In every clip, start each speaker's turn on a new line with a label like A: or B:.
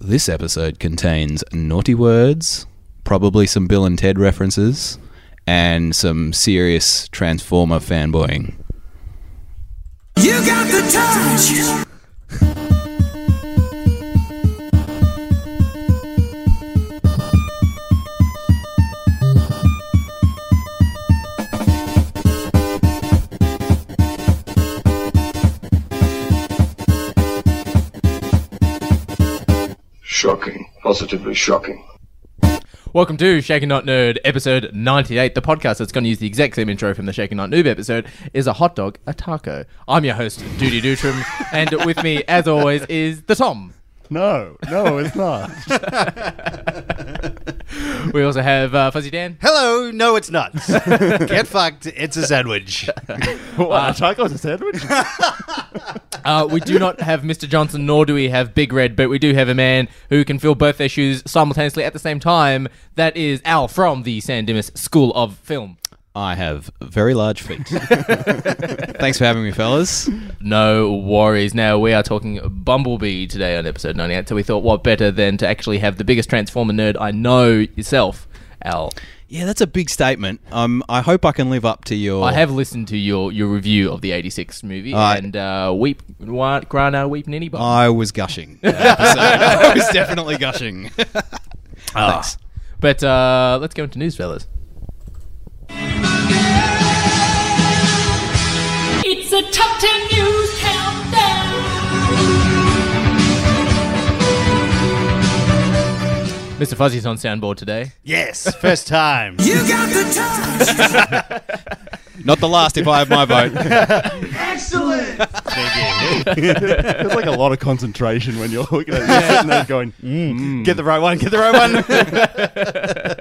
A: This episode contains naughty words, probably some Bill and Ted references, and some serious Transformer fanboying.
B: You got the touch.
C: Shocking. Positively shocking.
D: Welcome to Shaken Not Nerd, episode 98, the podcast that's going to use the exact same intro from the Shaken Not Noob episode, is a hot dog, a taco. I'm your host, Duty Dutrum, and with me, as always, is the Tom.
E: No, no, it's not.
D: We also have uh, Fuzzy Dan.
F: Hello, no, it's not. Get fucked. It's a sandwich.
E: what, a taco's a sandwich?
D: Uh, we do not have Mr. Johnson, nor do we have Big Red, but we do have a man who can fill both their shoes simultaneously at the same time. That is Al from the San Dimas School of Film.
A: I have very large feet. Thanks for having me, fellas.
D: No worries. Now we are talking Bumblebee today on episode 98. So we thought, what better than to actually have the biggest Transformer nerd I know yourself, Al.
A: Yeah, that's a big statement. Um, I hope I can live up to your.
D: I have listened to your, your review of the '86 movie
A: I-
D: and uh, weep, wa- grana weep ninny bum.
A: I was gushing. that episode. I was definitely gushing. Thanks.
D: but uh, let's go into news, fellas.
G: It's a top 10 news countdown.
D: Mr. Fuzzy's on soundboard today.
F: Yes, first time.
B: You got the touch.
A: Not the last if I have my vote.
E: There's like a lot of concentration when you're looking at you're sitting there going, mm.
F: Get the right one. Get the right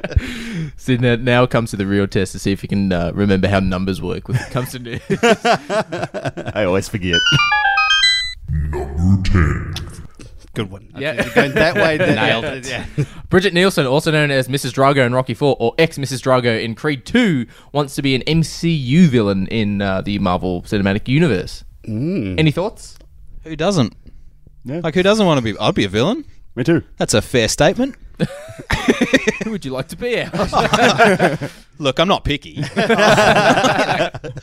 F: one.
D: So now, now comes to the real test to see if you can uh, remember how numbers work when it comes to news.
E: I always forget.
F: Good one.
D: Yeah.
F: If you're going that way. Then,
A: Nailed it.
F: yeah, yeah.
D: Bridget Nielsen, also known as Mrs. Drago in Rocky 4 or ex Mrs. Drago in Creed 2, wants to be an MCU villain in uh, the Marvel Cinematic Universe. Any thoughts?
A: who doesn't?
E: Yeah.
A: Like, who doesn't want to be? I'd be a villain.
E: Me too.
A: That's a fair statement.
D: Who would you like to be? Al?
A: Look, I'm not picky.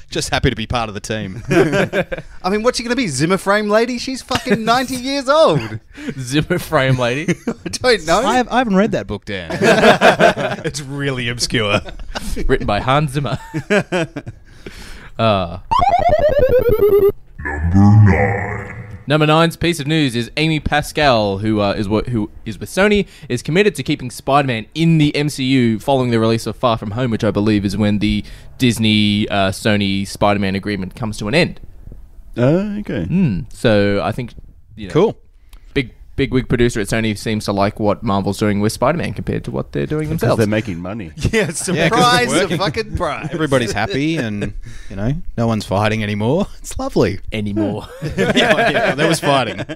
A: Just happy to be part of the team.
F: I mean, what's she going to be? Zimmer frame lady? She's fucking 90 years old.
D: Zipper frame lady.
F: I don't know.
A: I, have, I haven't read that book, Dan.
F: It's really obscure.
D: written by Hans Zimmer. uh. Number nine's piece of news is Amy Pascal, who uh, is wo- who is with Sony, is committed to keeping Spider-Man in the MCU following the release of Far From Home, which I believe is when the Disney uh, Sony Spider-Man agreement comes to an end.
E: Uh, okay.
F: Mm.
D: So I think you know,
A: Cool.
D: big big wig producer at Sony seems to like what Marvel's doing with Spider-Man compared to what they're doing
E: Because
D: themselves.
E: they're making money.
F: yeah, surprise. a
A: working.
F: fucking prize.
A: Everybody's happy, and you know, no one's fighting anymore. It's lovely.
D: anymore.
A: yeah, yeah, there was fighting.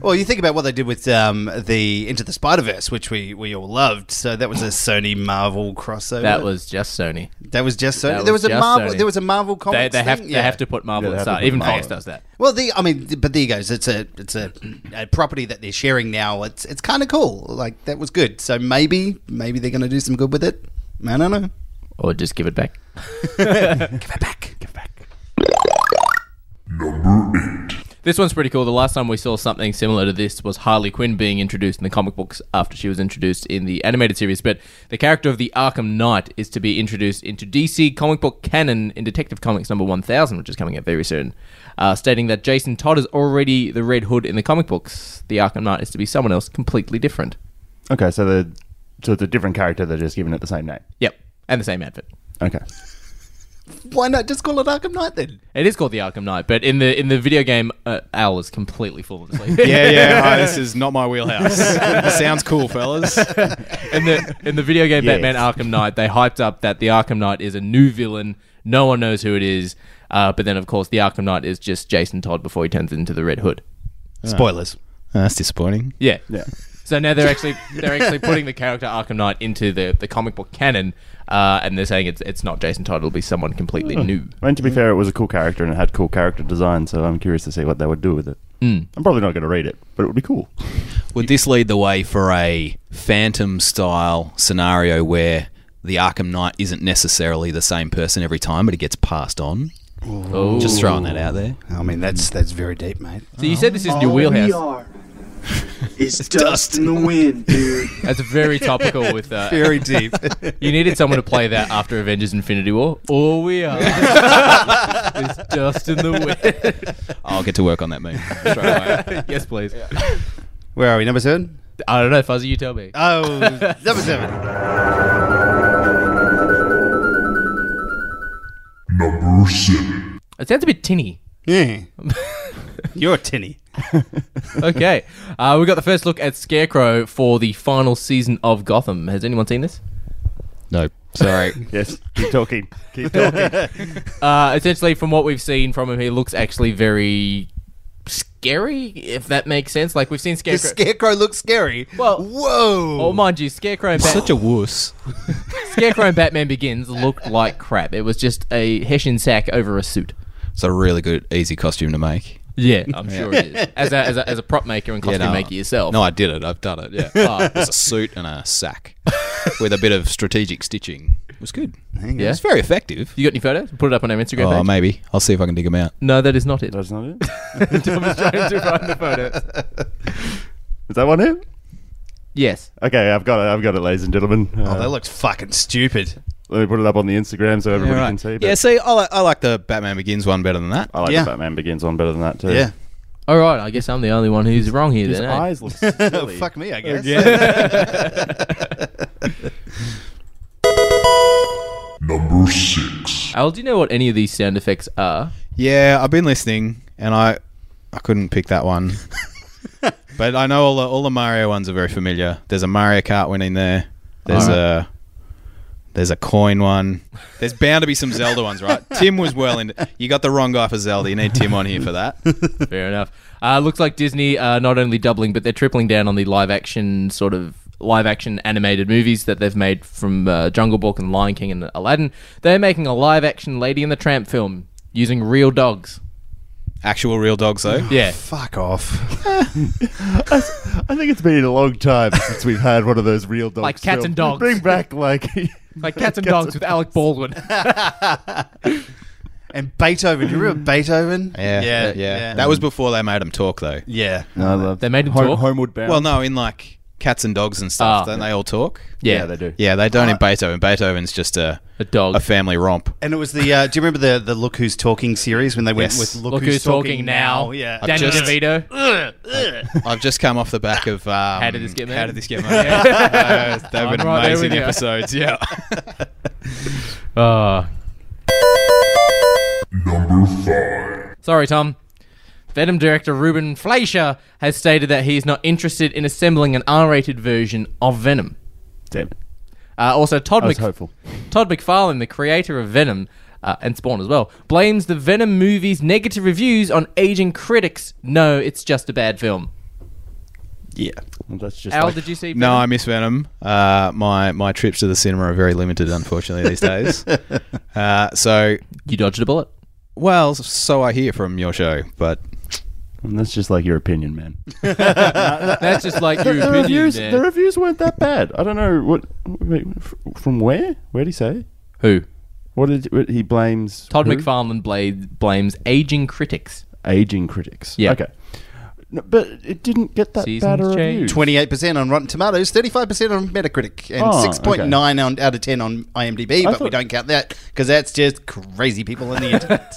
F: Well, you think about what they did with um, the Into the Spider Verse, which we, we all loved. So that was a Sony Marvel crossover.
D: that was just Sony.
F: that was just Sony.
D: that
F: there
D: was
F: was a
D: just
F: Marvel.
D: Sony.
F: There was a Marvel
D: they,
F: comics.
D: they have
F: thing?
D: they
F: Yeah.
D: have to put Marvel
E: Yeah, they have to
D: aside.
E: put
D: Even
E: Marvel.
D: Fox does that.
F: Well, the I mean, th- but there you go. It's a it's a, a property that they're sharing now. It's it's kind of cool. Like that was good. So maybe maybe they're going to do some good with it. I don't know.
D: Or just give it back. This one's pretty cool. The last time we saw something similar to this was Harley Quinn being introduced in the comic books after she was introduced in the animated series. But the character of the Arkham Knight is to be introduced into DC comic book canon in Detective Comics number 1000, which is coming out very soon, uh, stating that Jason Todd is already the Red Hood in the comic books. The Arkham Knight is to be someone else completely different.
E: Okay, so the so it's a different character. They're just giving it the same name.
D: Yep. And the same outfit.
E: Okay.
F: Why not just call it Arkham Knight then?
D: It is called the Arkham Knight, but in the in the video game, uh, Al is completely fallen asleep.
A: Yeah, yeah. hi, this is not my wheelhouse. Sounds cool, fellas. Uh,
D: in the in the video game
E: Yes.
D: Batman Arkham Knight, they hyped up that the Arkham Knight is a new villain. No one knows who it is, uh, but then of course the Arkham Knight is just Jason Todd before he turns into the Red Hood.
F: Spoilers.
A: that's disappointing.
D: Yeah,
E: Yeah.
D: So now they're actually they're actually putting the character Arkham Knight into the, the comic book canon, uh, and they're saying it's it's not Jason Todd; it'll be someone completely new.
E: I mean, to
F: Mm.
E: be fair, it was a cool character and it had cool character design. So I'm curious to see what they would do with it. Mm. I'm probably not going to read it, but it would be cool.
A: Would this lead the way for a Phantom style scenario where the Arkham Knight isn't necessarily the same person every time, but it gets passed on? Just throwing that out there.
F: I mean, that's that's very deep, mate.
D: So you said this is in your wheelhouse.
H: It's dust in the wind, dude.
D: That's very topical with uh,
F: Very deep.
D: You needed someone to play that after Avengers Infinity War. All we are is dust in the wind.
A: I'll get to work on that meme.
D: yes, please.
F: Where are we? Number seven.
D: I don't know, Fuzzy, you tell me.
F: Oh, number seven.
D: It sounds a bit tinny.
F: Yeah. You're a tinny.
D: Okay. Uh, we got the first look at Scarecrow for the final season of Gotham. Has anyone seen this?
A: no, sorry.
E: Yes, keep talking. Keep talking.
D: Uh, essentially, from what we've seen from him, he looks actually very scary, if that makes sense. Like, we've seen
F: The
D: Scarecrow.
F: scarecrow looks scary.
D: Well-
F: whoa.
D: Oh, mind you, Scarecrow and, Bat-
A: Such a wuss.
D: Scarecrow and Batman Begins looked like crap. It was just a hessian sack over a suit.
A: It's a really good, easy costume to make.
D: Yeah, I'm sure it is. As a, as a, as a prop maker and costume
A: no.
D: maker yourself.
A: No, I did it. I've done it. Yeah. Uh, It's a suit and a sack with a bit of strategic stitching. It was good.
D: yeah.
A: It's very effective.
D: You got any photos? Put it up on our Instagram
A: Oh,
D: page.
A: maybe. I'll see if I can dig them out.
D: No, that is not it.
E: That's not it.
D: Tom is trying to find the photos.
E: Is that one it?
D: Yes.
E: Okay, I've got it. I've got it, ladies and gentlemen. Uh,
F: Oh, that looks fucking stupid.
E: let me put it up on the Instagram so everybody can see. but
A: Yeah, see, I, li- I like the Batman Begins one better than that.
E: I like
F: Yeah.
E: the Batman Begins one better than that too.
F: Yeah.
D: All right, I guess I'm the only one who's wrong here
E: His
D: then. eh?
E: eyes look silly.
F: Fuck me, I guess.
D: Al, do you know what any of these sound effects are?
A: Yeah, I've been listening, and I I couldn't pick that one. but I know all the all the Mario ones are very familiar. There's a Mario Kart one in there. There's
D: Alright.
A: a there's a coin one. There's bound to be some Zelda ones, right? Tim was well in. You got the wrong guy for Zelda. You need Tim on here for that.
D: Fair enough. Uh, looks like Disney are not only doubling, but they're tripling down on the live action sort of live action animated movies that they've made from uh, Jungle Book and Lion King and Aladdin. They're making a live action Lady and the Tramp film using real dogs.
A: Actual real dogs though.
D: Yeah.
F: Fuck off.
E: I think it's been a long time since we've had one of those real dogs.
D: Like cats and dogs.
E: films. Bring back like.
D: Like cats and dogs with Alec Baldwin.
F: And Beethoven. Do you remember Beethoven?
A: Yeah, yeah, yeah. That was before they made them talk though.
F: Yeah.
E: no, the
D: They made him
E: home,
D: talk?
E: Homeward Bound.
A: Well, no, in like cats and dogs and stuff,
D: Ah.
A: don't they all talk?
D: yeah, Uh,
E: they do.
A: Yeah, they don't in Beethoven. Beethoven's just a
D: A dog.
A: a family romp.
F: And it was the. Uh, do you remember the the Look Who's Talking series when they went
A: Yes.
F: with Look,
D: Look who's, talking, now.
F: Yeah.
D: Danny
A: just-
D: DeVito.
A: I've just come off the back of um,
D: How Did This Get Made?
A: How did this get made? Uh, they've
D: I'm
A: been
D: right there
A: amazing
D: with you.
A: episodes. Yeah.
D: Uh. Number five. Sorry, Tom. Venom director Ruben Fleischer has stated that he is not interested in assembling an R-rated version of Venom.
E: Damn it.
D: Uh, also, Todd,
E: I was
D: Mc-
E: hopeful.
D: Todd McFarlane, the creator of Venom uh, and Spawn as well, blames the Venom movie's negative reviews on aging critics. No, it's just a bad film.
E: Yeah. Well, that's just.
D: Al,
E: like-
D: did you see? Venom?
A: no, I miss Venom. Uh, my my trips to the cinema are very limited, unfortunately, these days. uh, so,
D: you dodged a bullet.
A: well, so I hear from your show, but
E: that's just like your opinion, man.
D: That's just like your
E: the
D: opinion,
E: reviews.
D: man.
E: The reviews weren't that bad. I don't know what. Wait, f- from where? Where would he say?
D: Who?
E: What did what, he blames?
D: Todd
E: who?
D: McFarlane bla- blames aging critics.
E: Aging critics.
D: Yeah.
E: Okay. No, but it didn't get that
D: Seasons
E: bad a
D: change.
E: review.
F: 28% on Rotten Tomatoes, 35% on Metacritic, and
E: Oh, okay.
F: 6.9 on, out of 10 on IMDb, but we
E: thought-
F: don't count that because that's just crazy people on the internet.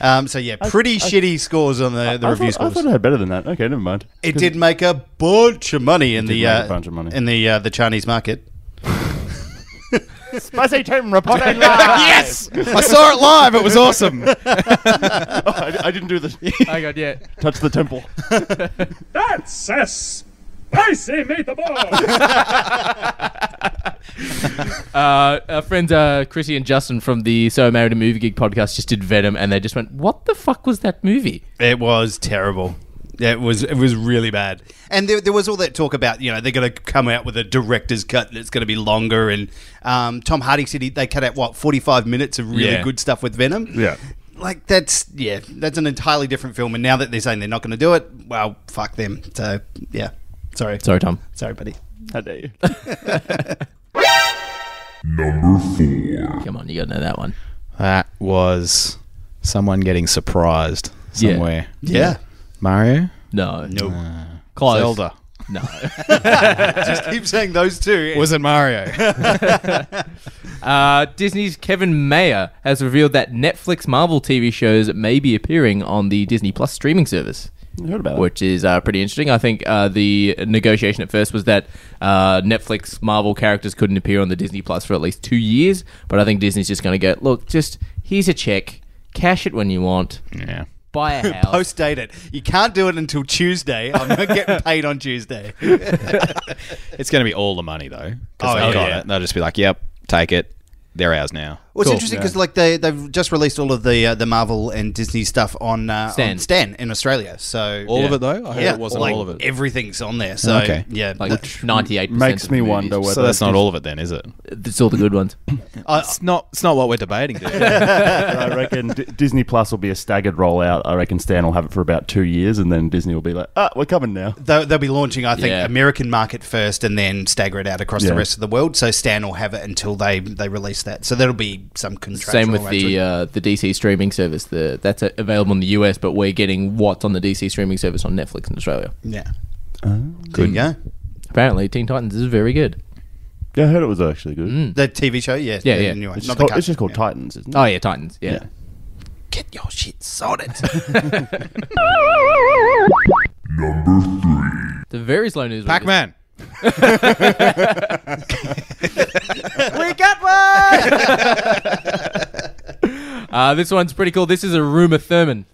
F: um, so, yeah, pretty shitty scores on the, the
E: I
F: review
E: thought, I
F: scores.
E: thought it had better than that. Okay, never mind.
F: it did make a bunch of money in
E: did
F: the
E: make
F: uh,
E: a bunch of money.
F: in the uh, the Chinese market.
E: Spicy Tim reporting live.
A: yes,
E: Oh,
A: I saw it live. It was awesome.
E: I, I didn't do the
D: I got yeah.
E: touch the temple.
H: That's a spicy meatball.
D: Uh, our friends uh, Chrissy and Justin from the So I Married a Movie Gig podcast just did Venom, and they just went, "What the fuck was that movie?"
F: It was terrible. It was it was really bad, and there, there was all that talk about you know they're going to come out with a director's cut and it's going to be longer. And um, Tom Hardy said he, they cut out what forty five minutes of really
D: Yeah.
F: good stuff with Venom.
E: Yeah.
F: like that's yeah, that's an entirely different film. And now that they're saying they're not going to do it, well, fuck them. So yeah, Sorry.
D: Sorry, Tom.
F: Sorry, buddy.
E: How dare you?
D: Come on, you gotta know that one.
A: That was someone getting surprised
D: Yeah.
A: somewhere.
F: Yeah.
A: Mario?
D: No, no,
F: Nope.
D: Close.
A: Zelda.
D: no.
F: Just keep saying those two.
A: Was it Mario?
D: Uh, Disney's Kevin Mayer has revealed that Netflix Marvel TV shows may be appearing on the Disney Plus streaming service.
E: heard about it.
D: which is uh, pretty interesting. I think uh, the negotiation at first was that uh, Netflix Marvel characters couldn't appear on the Disney Plus for at least two years, but I think Disney's just going to go, look, just here's a check, cash it when you want,
A: yeah.
D: buy a house.
F: Post date it. You can't do it until Tuesday. I'm not getting paid on Tuesday.
A: It's going to be all the money, though. 'cause
F: Oh,
A: they've
F: yeah.
A: got
F: yeah.
A: it. They'll just be like, yep, take it. They're ours now.
F: Well, it's interesting because like they they've just released all of the uh, the Marvel and Disney stuff on uh,
D: Stan.
F: on Stan in Australia. So
A: All of it, though? I heard
F: yeah,
A: it wasn't
F: like,
A: all of it.
F: Everything's on there. So
A: Okay.
F: yeah,
D: like
F: that-
D: 98%
E: Makes
D: of the
E: me
D: movies.
E: wonder whether
A: So that's not all of it, then, is it?
D: It's all the good ones.
F: Uh,
A: It's not. It's not what we're debating, dude.
E: But I reckon D- Disney Plus will be a staggered rollout. I reckon Stan will have it for about two years, and then Disney will be like, "Ah, we're coming now."
F: they'll, they'll be launching, I think,
D: Yeah.
F: American market first, and then stagger it out across
E: Yeah.
F: the rest of the world. So Stan will have it until they they release that. So that'll be some contractual.
D: Same with the
F: arrangement.
D: uh, the DC streaming service. The that's uh, available in the US, but we're getting what's on the DC streaming service on Netflix in Australia.
F: yeah.
A: Good.
F: Yeah,
D: Apparently, Teen Titans is very good.
E: Yeah, I heard it was actually good.
F: the TV show. Yeah,
D: Yeah, yeah.
F: Anyway,
E: It's,
F: not the
E: just called,
F: cut.
E: it's just called
F: Yeah.
E: Titans, isn't it?
D: Oh yeah, Titans. Yeah.
E: Yeah.
F: Get your shit sorted.
D: The very slow news. we
A: Pac Man.
D: Uh, this one's pretty cool. This is a Rumor Thurman.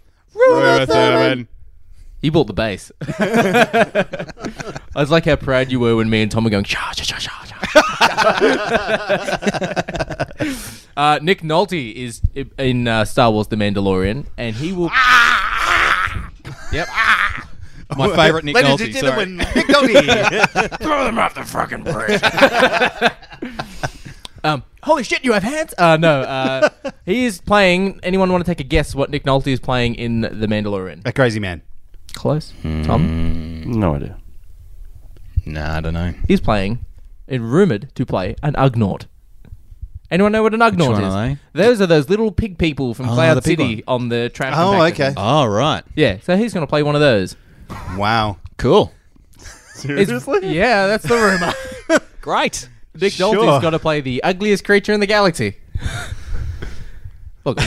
D: He bought the bass. I was like how proud you were when me and Tom were going, sha, sha, sha, sha, sha. uh, Nick Nolte is i- in uh, Star Wars The Mandalorian, and he will.
A: Yep. My favourite Nick
F: Ladies
A: Nolte.
F: and
A: Sorry.
F: gentlemen, Nick Nolte.
D: Um, Holy shit, you have hands? Uh, no. Uh, he is playing. Anyone want to take a guess what Nick Nolte is playing in The Mandalorian?
F: a crazy man.
D: Uh, Close.
A: Hmm.
D: Tom?
E: No idea.
A: Nah, I don't know.
D: He's playing, and rumored to play, an Ugnaught. Anyone know what an Ugnaught
A: one
D: is?
A: are they?
D: Those are those little pig people from
A: Oh, the
D: Cloud
A: big
D: City on the tram.
F: Oh,
D: compactor
F: okay.
D: thing.
A: Oh, right.
D: Yeah, so he's going to play one of those.
F: Wow.
A: Cool.
D: It's-
E: Seriously?
D: yeah, that's the rumor.
A: Great.
D: Nick
F: Sure.
D: Nolte's got to play the ugliest creature in the galaxy. Look, what?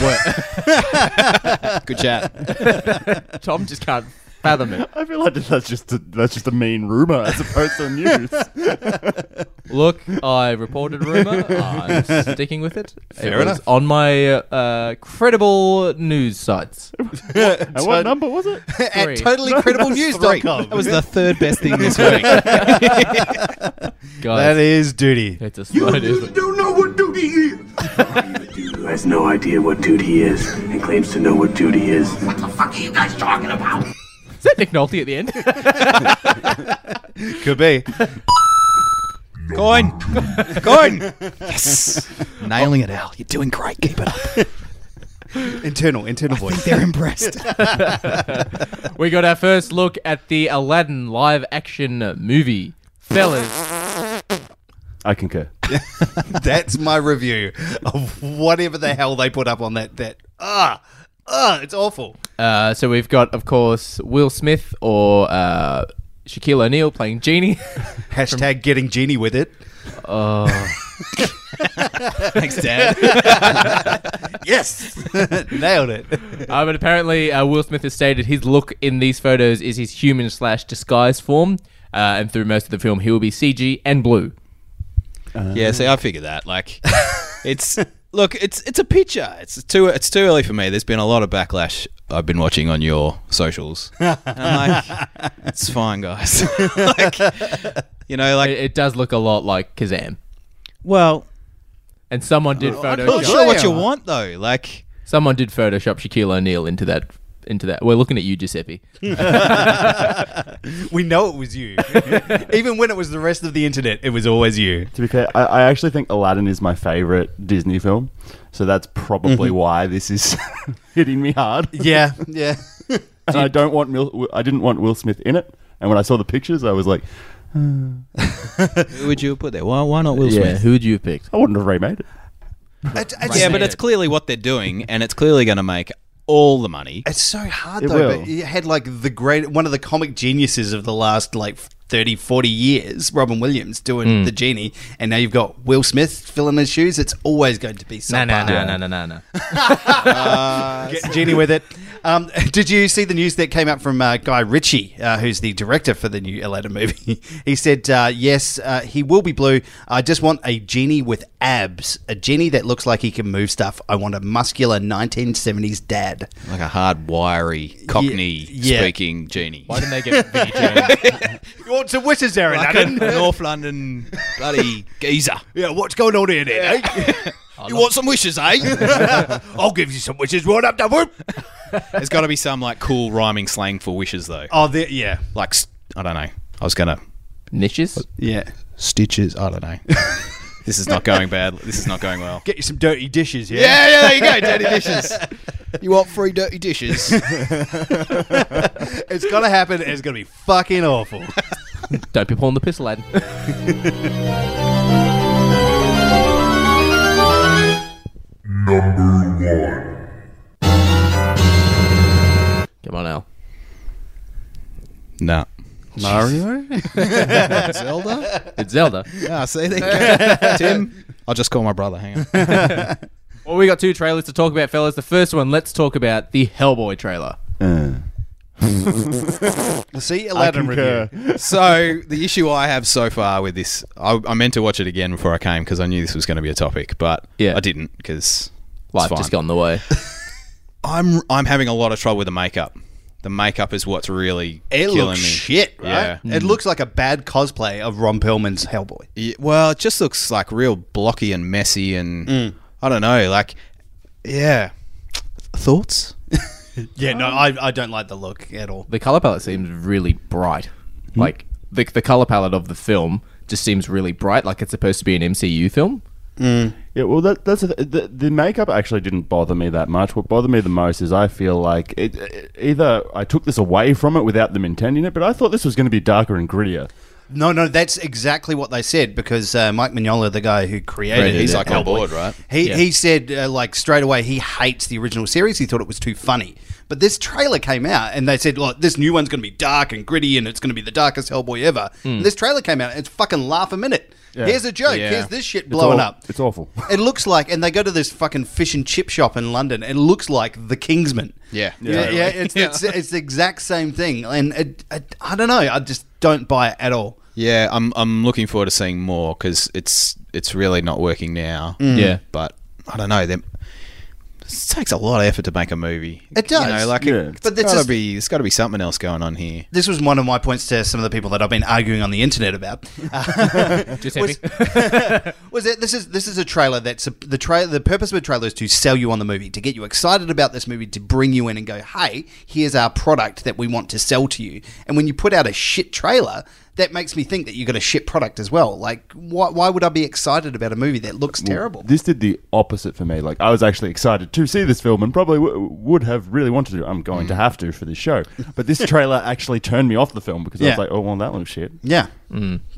A: Good chat.
D: Tom just can't fathom it.
E: I feel like that's just a, that's just a mean rumor as opposed to news.
D: Look, I reported a rumor. I'm sticking with it.
A: Fair
D: it
A: enough.
D: Was on my uh, uh, credible news sites.
E: and what number was it?
F: At
D: Three.
F: totallycriticalnews.com.
A: That was the third best thing this week.
F: That
D: Guys,
F: is duty.
D: it's a slow news.
H: don't know what duty is. the dude who has no idea what duty is and claims to know what duty is. What the fuck are you guys talking about?
D: Is that Nick Nolte at the end?
F: Could be.
A: Coin. Coin. Yes. Nailing it, Al. You're doing great. Keep it up.
F: Internal, internal voice.
A: They're impressed.
D: We got our first look at the Aladdin live action movie. Fellas,
E: I concur.
F: That's my review of whatever the hell they put up on that. That ah ah, it's awful.
D: uh, so we've got, of course, Will Smith or uh, Shaquille O'Neal playing Genie.
F: Hashtag getting genie with it.
A: Thanks, Dad.
F: Yes, nailed it.
D: uh, but apparently, uh, Will Smith has stated his look in these photos is his human slash disguise form, uh, and through most of the film, he will be CG and blue.
A: Yeah, see, I figured that. Like, it's look, it's it's a picture. It's too it's too early for me. There's been a lot of backlash I've been watching on your socials. And I'm like, it's fine, guys. like, you know,
D: It,
A: like,
D: it does look a lot like Kazam,
A: well,
D: and someone did
A: not
D: Photoshop.
A: sure what you want though. Like,
D: Someone did Photoshop Shaquille O'Neal into that. Into that. We're looking at you, Giuseppe.
F: We know it was you. Even when it was the rest of the internet, it was always you.
E: To be fair, I, I actually think Aladdin is my favorite Disney film, so that's probably
D: Mm-hmm.
E: why this is hitting me hard.
F: Yeah, yeah.
E: And I don't want Mil- I didn't want Will Smith in it, And when I saw the pictures, I was like,
A: Who would you have put there? Why, why not Will Smith?
D: who would you have picked?
E: I wouldn't have remade it.
F: It- it's,
A: yeah, but it's clearly what they're doing, and it's clearly going to make all the money.
F: it's so hard
E: It
F: though.
E: will.
F: But you had like the great one of the comic geniuses of the last like 30, 40 years, Robin Williams doing the genie, and now you've got Will Smith filling his shoes. It's always going to be
D: No,
F: subpar.
D: no, no, no, no, no, no.
F: Get Genie with it. Um, did you see the news that came out from uh, Guy Ritchie, uh, who's the director for the new Aladdin movie? he said, uh, "Yes, uh, he will be blue. I just want a genie with abs, a genie that looks like he can move stuff. I want a muscular 1970s dad."
A: Like a hard, wiry, cockney
F: yeah.
A: speaking genie.
D: Why didn't they get Vinnie Jones?
F: What's the wishes, Aaron?
A: Like a North London bloody geezer.
F: yeah, what's going on here, then? eh?
A: You want some wishes, eh?
F: I'll give you some wishes right up the whoop.
A: There's got to be some like cool rhyming slang for wishes though.
F: Oh, there, yeah,
A: Like s- I don't know. I was gonna
D: Niches?
F: yeah.
A: stitches. I don't know. this is not going bad. This is not going well.
F: Get you some dirty dishes, yeah.
A: yeah, yeah. There you go. Dirty dishes. You want free dirty dishes?
F: It's gonna happen. It's gonna be fucking awful.
D: Don't be pulling the pistol, lad. Come on, Al.
A: no.
E: Mario?
A: Zelda.
D: It's Zelda.
A: Ah, see there you go. Tim. I'll just call my brother. Hang on.
D: well, we got two trailers to talk about, fellas. The first one, let's talk about the Hellboy trailer.
F: See, Aladdin review.
A: so the issue I have so far with this, I, I meant to watch it again before I came because I knew this was going to be a topic, but
D: Yeah.
A: I didn't because
D: Life just got in the way.
A: I'm I'm having a lot of trouble with the makeup. The makeup is what's really
F: It
A: killing
F: looks
A: me.
F: shit,
A: Yeah. Mm.
F: right? It looks like a bad cosplay of Ron Perlman's Hellboy.
A: Yeah, well, it just looks like real blocky and messy, and
F: Mm.
A: I don't know, like, yeah. Thoughts?
F: Yeah, no, I, I don't like the look at all.
D: The color palette seems really bright. Like the the color palette of the film just seems really bright, like it's supposed to be an MCU film.
E: Yeah, well, that, that's the, the, the makeup actually didn't bother me that much. What bothered me the most is I feel like it, it- either I took this away from it without them intending it, but I thought this was going to be darker and grittier.
F: No, no, that's exactly what they said because uh, Mike Mignola, the guy who created,
A: Created
F: he's
A: it.
F: like
A: On
F: Hellboy.
A: board, right?
F: He
D: Yeah.
F: he said uh, like straight away he hates the original series. He thought it was too funny. But this trailer came out and they said, "Look, this new one's going to be dark and gritty, and it's going to be the darkest Hellboy ever." And this trailer came out and it's fucking laugh a minute. Here's a joke.
A: Mm. Yeah.
F: Here's this shit
E: It's
F: blowing
E: aw-
F: up.
E: It's awful.
F: It looks like, and they go to this fucking fish and chip shop in London. It looks like the Kingsman.
A: Yeah.
F: yeah,
A: Totally.
F: yeah, it's, It's, it's the exact same thing, and it, it, I don't know. I just don't buy it at all.
A: Yeah, I'm I'm looking forward to seeing more because it's it's really not working now.
F: Mm.
D: Yeah.
A: but I don't know. them- It takes a lot of effort to make a movie.
F: It
A: You
F: does.
A: know, like,
E: Yeah.
A: it,
F: But
A: but
F: this
A: there's got
F: is-
A: to be there's got to be something else going on here.
F: This was one of my points to some of the people that I've been arguing on the internet about.
D: Just
F: was, was that this is this is a trailer that's a, the trailer the purpose of a trailer is to sell you on the movie to get you excited about this movie to bring you in and go hey here's our product that we want to sell to you and when you put out a shit trailer that makes me think that you got a shit product as well like why, why would I be excited about a movie that looks terrible
E: This did the opposite for me. Like I was actually excited to see this film and probably w- would have really wanted to. I'm going
F: Mm.
E: to have to for this show. But this trailer actually turned me off the film because I
F: Yeah.
E: was like, oh well, that looks shit.
F: yeah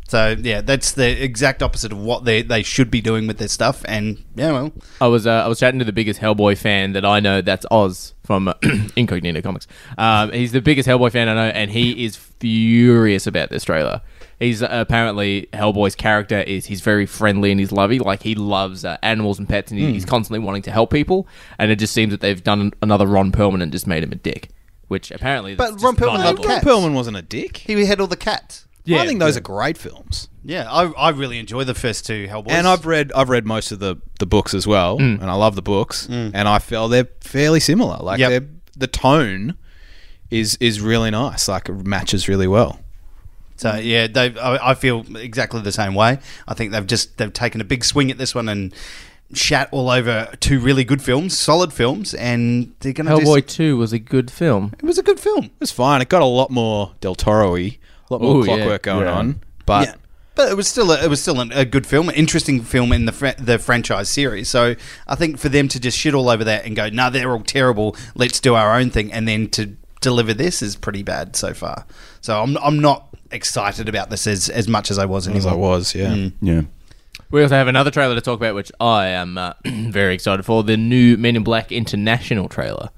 F: so yeah that's the exact opposite of what they they should be doing with their stuff and yeah well
D: I was uh, I was chatting to the biggest Hellboy fan that I know. That's Oz from Incognito Comics. Um, he's the biggest Hellboy fan I know, and he is furious about this trailer. He's uh, apparently Hellboy's character is he's very friendly and he's lovey. Like he loves uh, animals and pets, and he he's constantly wanting to help people. And it just seems that they've done another Ron Perlman and just made him a dick. Which apparently, that's
F: But
D: just
F: Ron Perlman
D: not
F: had
D: Hellboy.
F: cat-
A: Ron
F: Cats.
A: Perlman wasn't a dick.
F: he had all the cats
A: I think those are great films.
F: yeah I, I really enjoy the first two Hellboys
A: And I've read I've read most of the, the books as well, and I love the books. And I feel they're fairly similar. Like
F: Yep.
A: they're, the tone is is really nice. Like it matches really well.
F: So yeah, they. I, I feel exactly the same way. I think they've just they've taken a big swing at this one and shat all over two really good films, solid films, and they're going to.
D: Hellboy Two was a good film.
F: it was a good film,
A: It was fine. It got a lot more Del Toro-y, a lot more
D: Ooh, yeah.
A: clockwork going
E: Yeah.
A: on. But
F: yeah, Uh, but it was still a, it was still an, a good film, an interesting film in the fr- the franchise series. So I think for them to just shit all over that and go, no, nah, they're all terrible. Let's do our own thing, and then to. deliver this is pretty bad so far. So I'm I'm not excited about this as, as much as I was anymore.
A: as I was. Yeah,
E: Yeah.
D: We also have another trailer to talk about, which I am uh, very excited for the new Men in Black International trailer.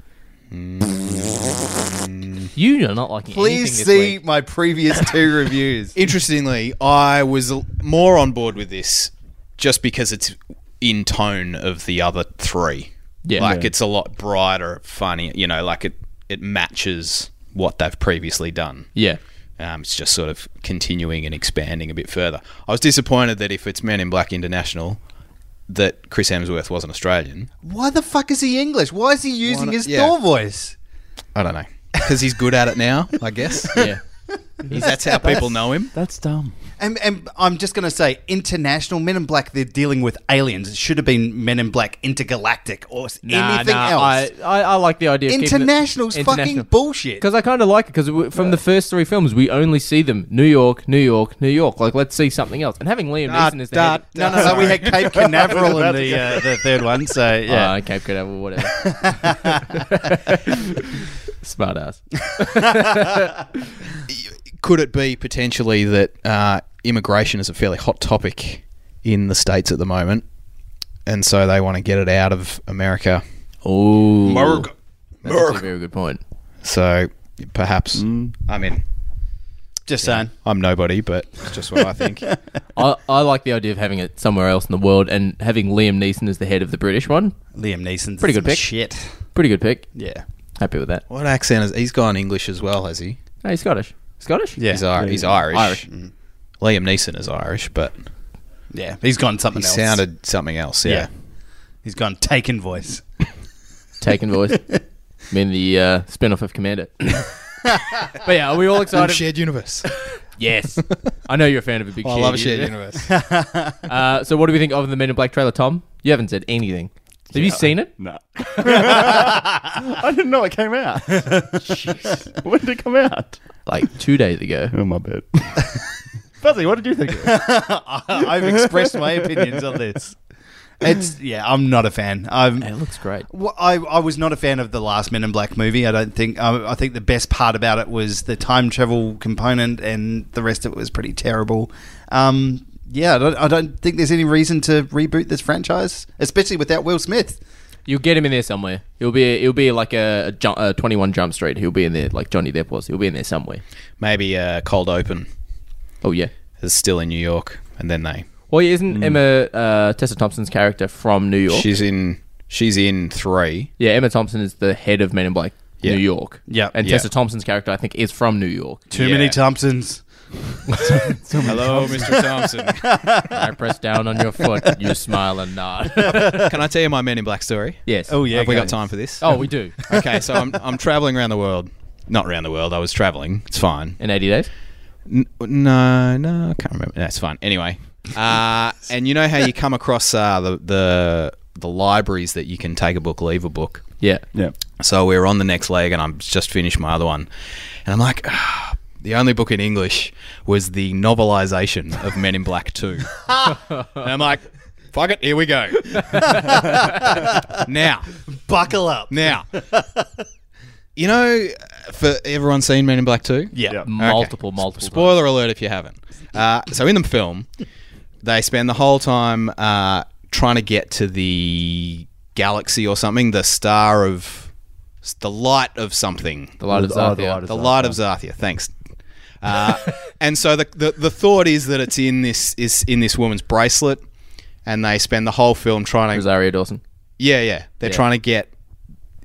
D: You are not liking
F: Please
D: anything this
F: see
D: week.
F: my previous two reviews.
A: interestingly, I was l- more on board with this just because it's in tone of the other three.
D: Yeah.
A: like
D: Yeah.
A: it's a lot brighter, funny. You know, like it it matches what they've previously done.
D: Yeah.
A: Um, it's just sort of continuing and expanding a bit further. I was disappointed that if it's Men in Black International, that Chris Hemsworth wasn't Australian.
F: Why the fuck is he English? Why is he using
A: not-
F: his
A: yeah.
F: Thor voice?
A: I don't know because he's good at it now. I guess
D: Yeah.
A: that's how people know him.
E: That's dumb.
F: And, and I'm just going to say, international Men in Black, they're dealing with aliens. It should have been Men in Black Intergalactic or s-
D: Nah,
F: anything
D: nah,
F: else.
D: I, I, I like the idea. of keeping it-
F: International's fucking bullshit.
D: Because I kind of like it. Because from the first three films, we only see them New York, New York, New York. Like, let's see something else. And having Liam
A: Da,
D: Neeson as the
A: da,
D: head,
A: da.
F: So we had Cape Canaveral in the, uh, the third one. So, yeah.
D: Oh, Cape Canaveral, whatever. Smart ass.
A: could it be potentially that uh, immigration is a fairly hot topic in the states at the moment, and so they want to get it out of America?
D: Oh, That's actually a very good point.
A: So perhaps I mean
F: just saying.
A: I'm nobody, but it's just what I think.
D: I, I like the idea of having it somewhere else in the world and having Liam Neeson as the head of the British one.
F: Liam Neeson's
D: Pretty good
F: some
D: pick.
F: Shit.
D: Pretty good pick.
F: Yeah.
D: Happy with that.
A: what accent is he's gone English as well? Has he?
D: Hey, he's Scottish. Scottish?
F: Yeah.
A: He's, Ir- he's Irish.
D: Irish.
A: Liam Neeson is Irish, but
F: Mm, Yeah. He's gone something
A: he
F: else.
A: sounded something else. Yeah.
F: Yeah. He's gone taken voice.
D: Taken voice. Mean the uh, spin off of Commander. but yeah, are we all excited?
A: universe.
D: Yes. I know you're a fan of a big
A: Oh, I
D: shared
A: love a shared
D: universe.
A: universe.
D: Uh, so, what do we think of the Men in Black trailer, Tom? You haven't said anything. Have you seen it?
E: No. I didn't know it came out. when did it come out?
D: Like two days ago.
E: Oh, my bad. Fuzzy, what did you think of it?
F: I've expressed my opinions on this. It's yeah, I'm not a fan. I'm
D: It looks great.
F: Well, I, I was not a fan of the last Men in Black movie. I don't think. I, I think the best part about it was the time travel component, and the rest of it was pretty terrible. Um, yeah, I don't, I don't think there's any reason to reboot this franchise, especially without Will Smith.
D: You'll get him in there somewhere. He'll be he'll be like a, a, ju- a 21 Jump Street. He'll be in there like Johnny Depp was. He'll be in there somewhere.
A: Maybe uh, Cold Open
D: Oh yeah.
A: is still in New York, and then they
D: Well, yeah, isn't Emma uh, Tessa Thompson's character from New York?
A: Hmm. She's in. She's in three.
D: yeah, Emma Thompson is the head of Men in Black
A: Yeah.
D: New York.
F: Yeah.
D: and
A: Yeah.
D: Tessa Thompson's character I think is from New York.
F: Too
A: Yeah.
F: many Thompsons.
A: Hello, Mr. Thompson.
D: I press down on your foot. You smile and nod.
A: Can I tell you my Men in Black story?
D: yes.
F: Oh yeah,
A: Have we
F: go.
A: got time for this?
D: Oh, we do
A: Okay, so I'm I'm traveling around the world. Not around the world. I was traveling. It's fine.
D: in 80 days.
A: N- no, no, I can't remember. That's fine. Anyway, uh, and you know how you come across uh, the the the libraries that you can take a book, leave a book.
D: Yeah.
E: Yeah.
A: So we were on the next leg, and I'm just finished my other one, and I'm like, "Ah, the only book in English was the novelization of Men in Black Two, and I'm like, fuck it, here we go. now,
F: Buckle up.
A: now, you know, for everyone seen Men in Black Two,
F: Yeah.
E: Yeah.
A: Okay.
D: Multiple, multiple.
A: Spoiler alert if you haven't. Uh, so in the film, they spend the whole time uh, trying to get to the galaxy or something, the star of the light of something,
D: The light of
E: Oh, the
D: Zarthia.
E: light of
A: the light of Zarthia. Thanks. Uh, and so the, the the thought is that it's in this is in this woman's bracelet, and they spend the whole film trying to
D: Rosario Dawson.
A: yeah, yeah. They're trying to get,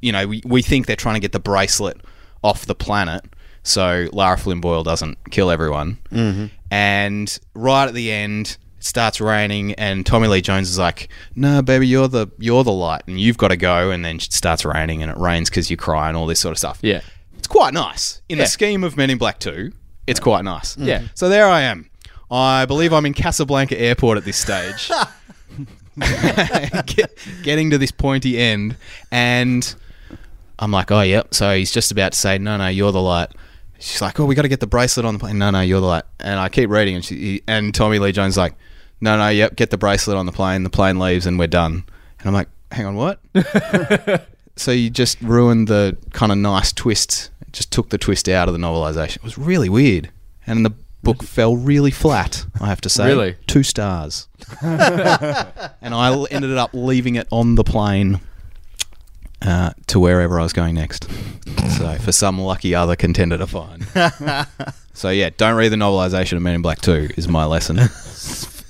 A: you know, we, we think they're trying to get the bracelet off the planet so Lara Flynn Boyle doesn't kill everyone. Mm-hmm. And right at the end, it starts raining, and Tommy Lee Jones is like, "No, baby, you're the you're the light, and you've got to go." And then it starts raining, and it rains because you cry and all this sort of stuff.
D: Yeah.
A: it's quite nice in
D: Yeah.
A: the scheme of Men in Black Two. It's quite nice.
D: Yeah.
A: So there I am. I believe I'm in Casablanca Airport at this stage. Get- getting to this pointy end, and I'm like, oh, yep. So he's just about to say, no, no, you're the light. She's like, oh, we got to get the bracelet on the plane. No, no, you're the light. And I keep reading, and she he- and Tommy Lee Jones is like, no, no, yep, get the bracelet on the plane. The plane leaves, and we're done. And I'm like, hang on, what? so you just ruined the kind of nice twist just took the twist out of the novelization. It was really weird, and the book fell really flat. I have to say,
D: Really?
A: two stars, and I l- ended up leaving it on the plane. Uh, to wherever I was going next. So, for some lucky other contender to find. so, yeah, don't read the novelization of Men in Black 2 is my lesson.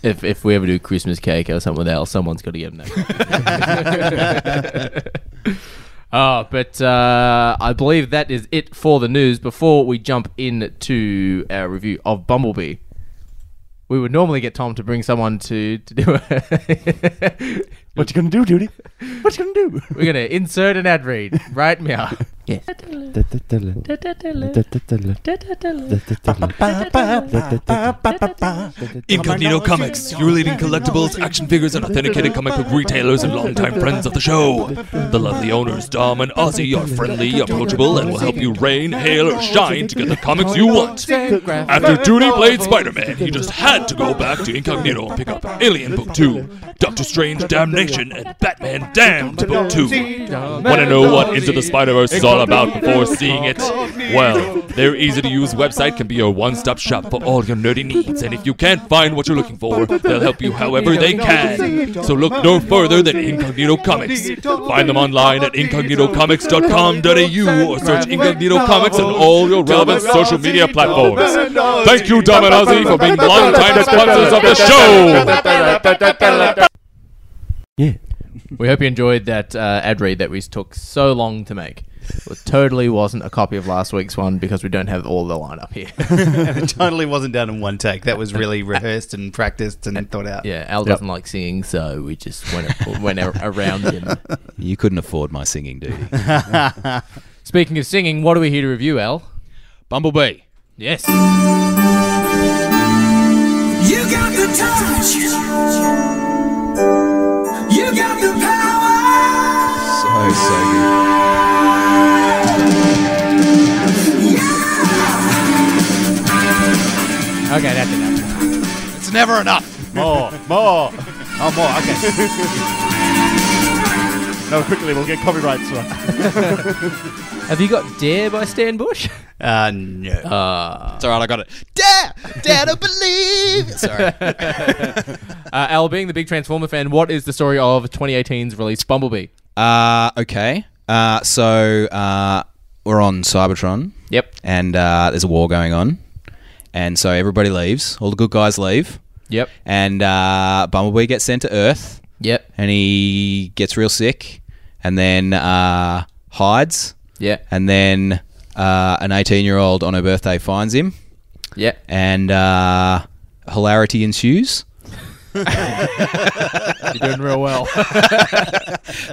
D: If, if we ever do Christmas cake or something else, someone's got to get that. oh, but uh, I believe that is it for the news. Before we jump into our review of Bumblebee, we would normally get Tom to bring someone to, to do it.
E: What you gonna do, Judy? What you gonna do?
D: We're going to insert an ad read right now. Yeah.
I: Incognito Comics, your leading collectibles, action figures, and authenticated comic book retailers and longtime friends of the show. The lovely owners Dom and Ozzy are friendly, approachable, and will help you rain, hail, or shine to get the comics you want. After Judy played Spider Man, he just had to go back to Incognito and pick up Alien Book 2, Doctor Strange Damnation, and Batman Damned Book 2. Want to know what Into the Spider Verse is all about before seeing it? Well, their easy to use website can be your one stop shop for all your nerdy needs, and if you can't find what you're looking for, they'll help you however they can. So look no further than Incognito Comics. Find them online at incognitocomics.com.au or search Incognito Comics on all your relevant social media platforms. Thank you, Dom and Ozzy, for being longtime sponsors of the show.
E: Yeah.
D: We hope you enjoyed that uh, ad read that we took so long to make. It totally wasn't a copy of last week's one because we don't have all the lineup here.
F: it totally wasn't done in one take. That was really rehearsed and practiced and thought out.
D: Yeah, Al doesn't like singing, so we just went went ar- around him.
A: You couldn't afford my singing, do you?
D: Speaking of singing, what are we here to review, Al?
A: Bumblebee.
D: Yes.
B: You got the touch. You got the power.
A: So, so good.
D: Okay, that's enough.
A: It's never enough.
E: More, more.
F: Oh, more. Okay.
E: No, quickly, we'll get copyrights. Right.
D: Have you got Dare by Stan Bush?
F: Uh, no.
A: It's all right, I got it. Dare! Dare to believe! Sorry.
D: Uh, Al, being the big Transformer fan, what is the story of 2018's release Bumblebee?
A: Uh, okay. Uh, so uh, we're on Cybertron.
D: Yep.
A: And uh, there's a war going on. And so everybody leaves. All the good guys leave.
D: Yep.
A: And uh, Bumblebee gets sent to Earth.
D: Yep.
A: And he gets real sick and then uh, hides.
D: Yeah.
A: And then uh, an 18 year old on her birthday finds him.
D: Yeah.
A: And uh, hilarity ensues.
D: You're doing real well.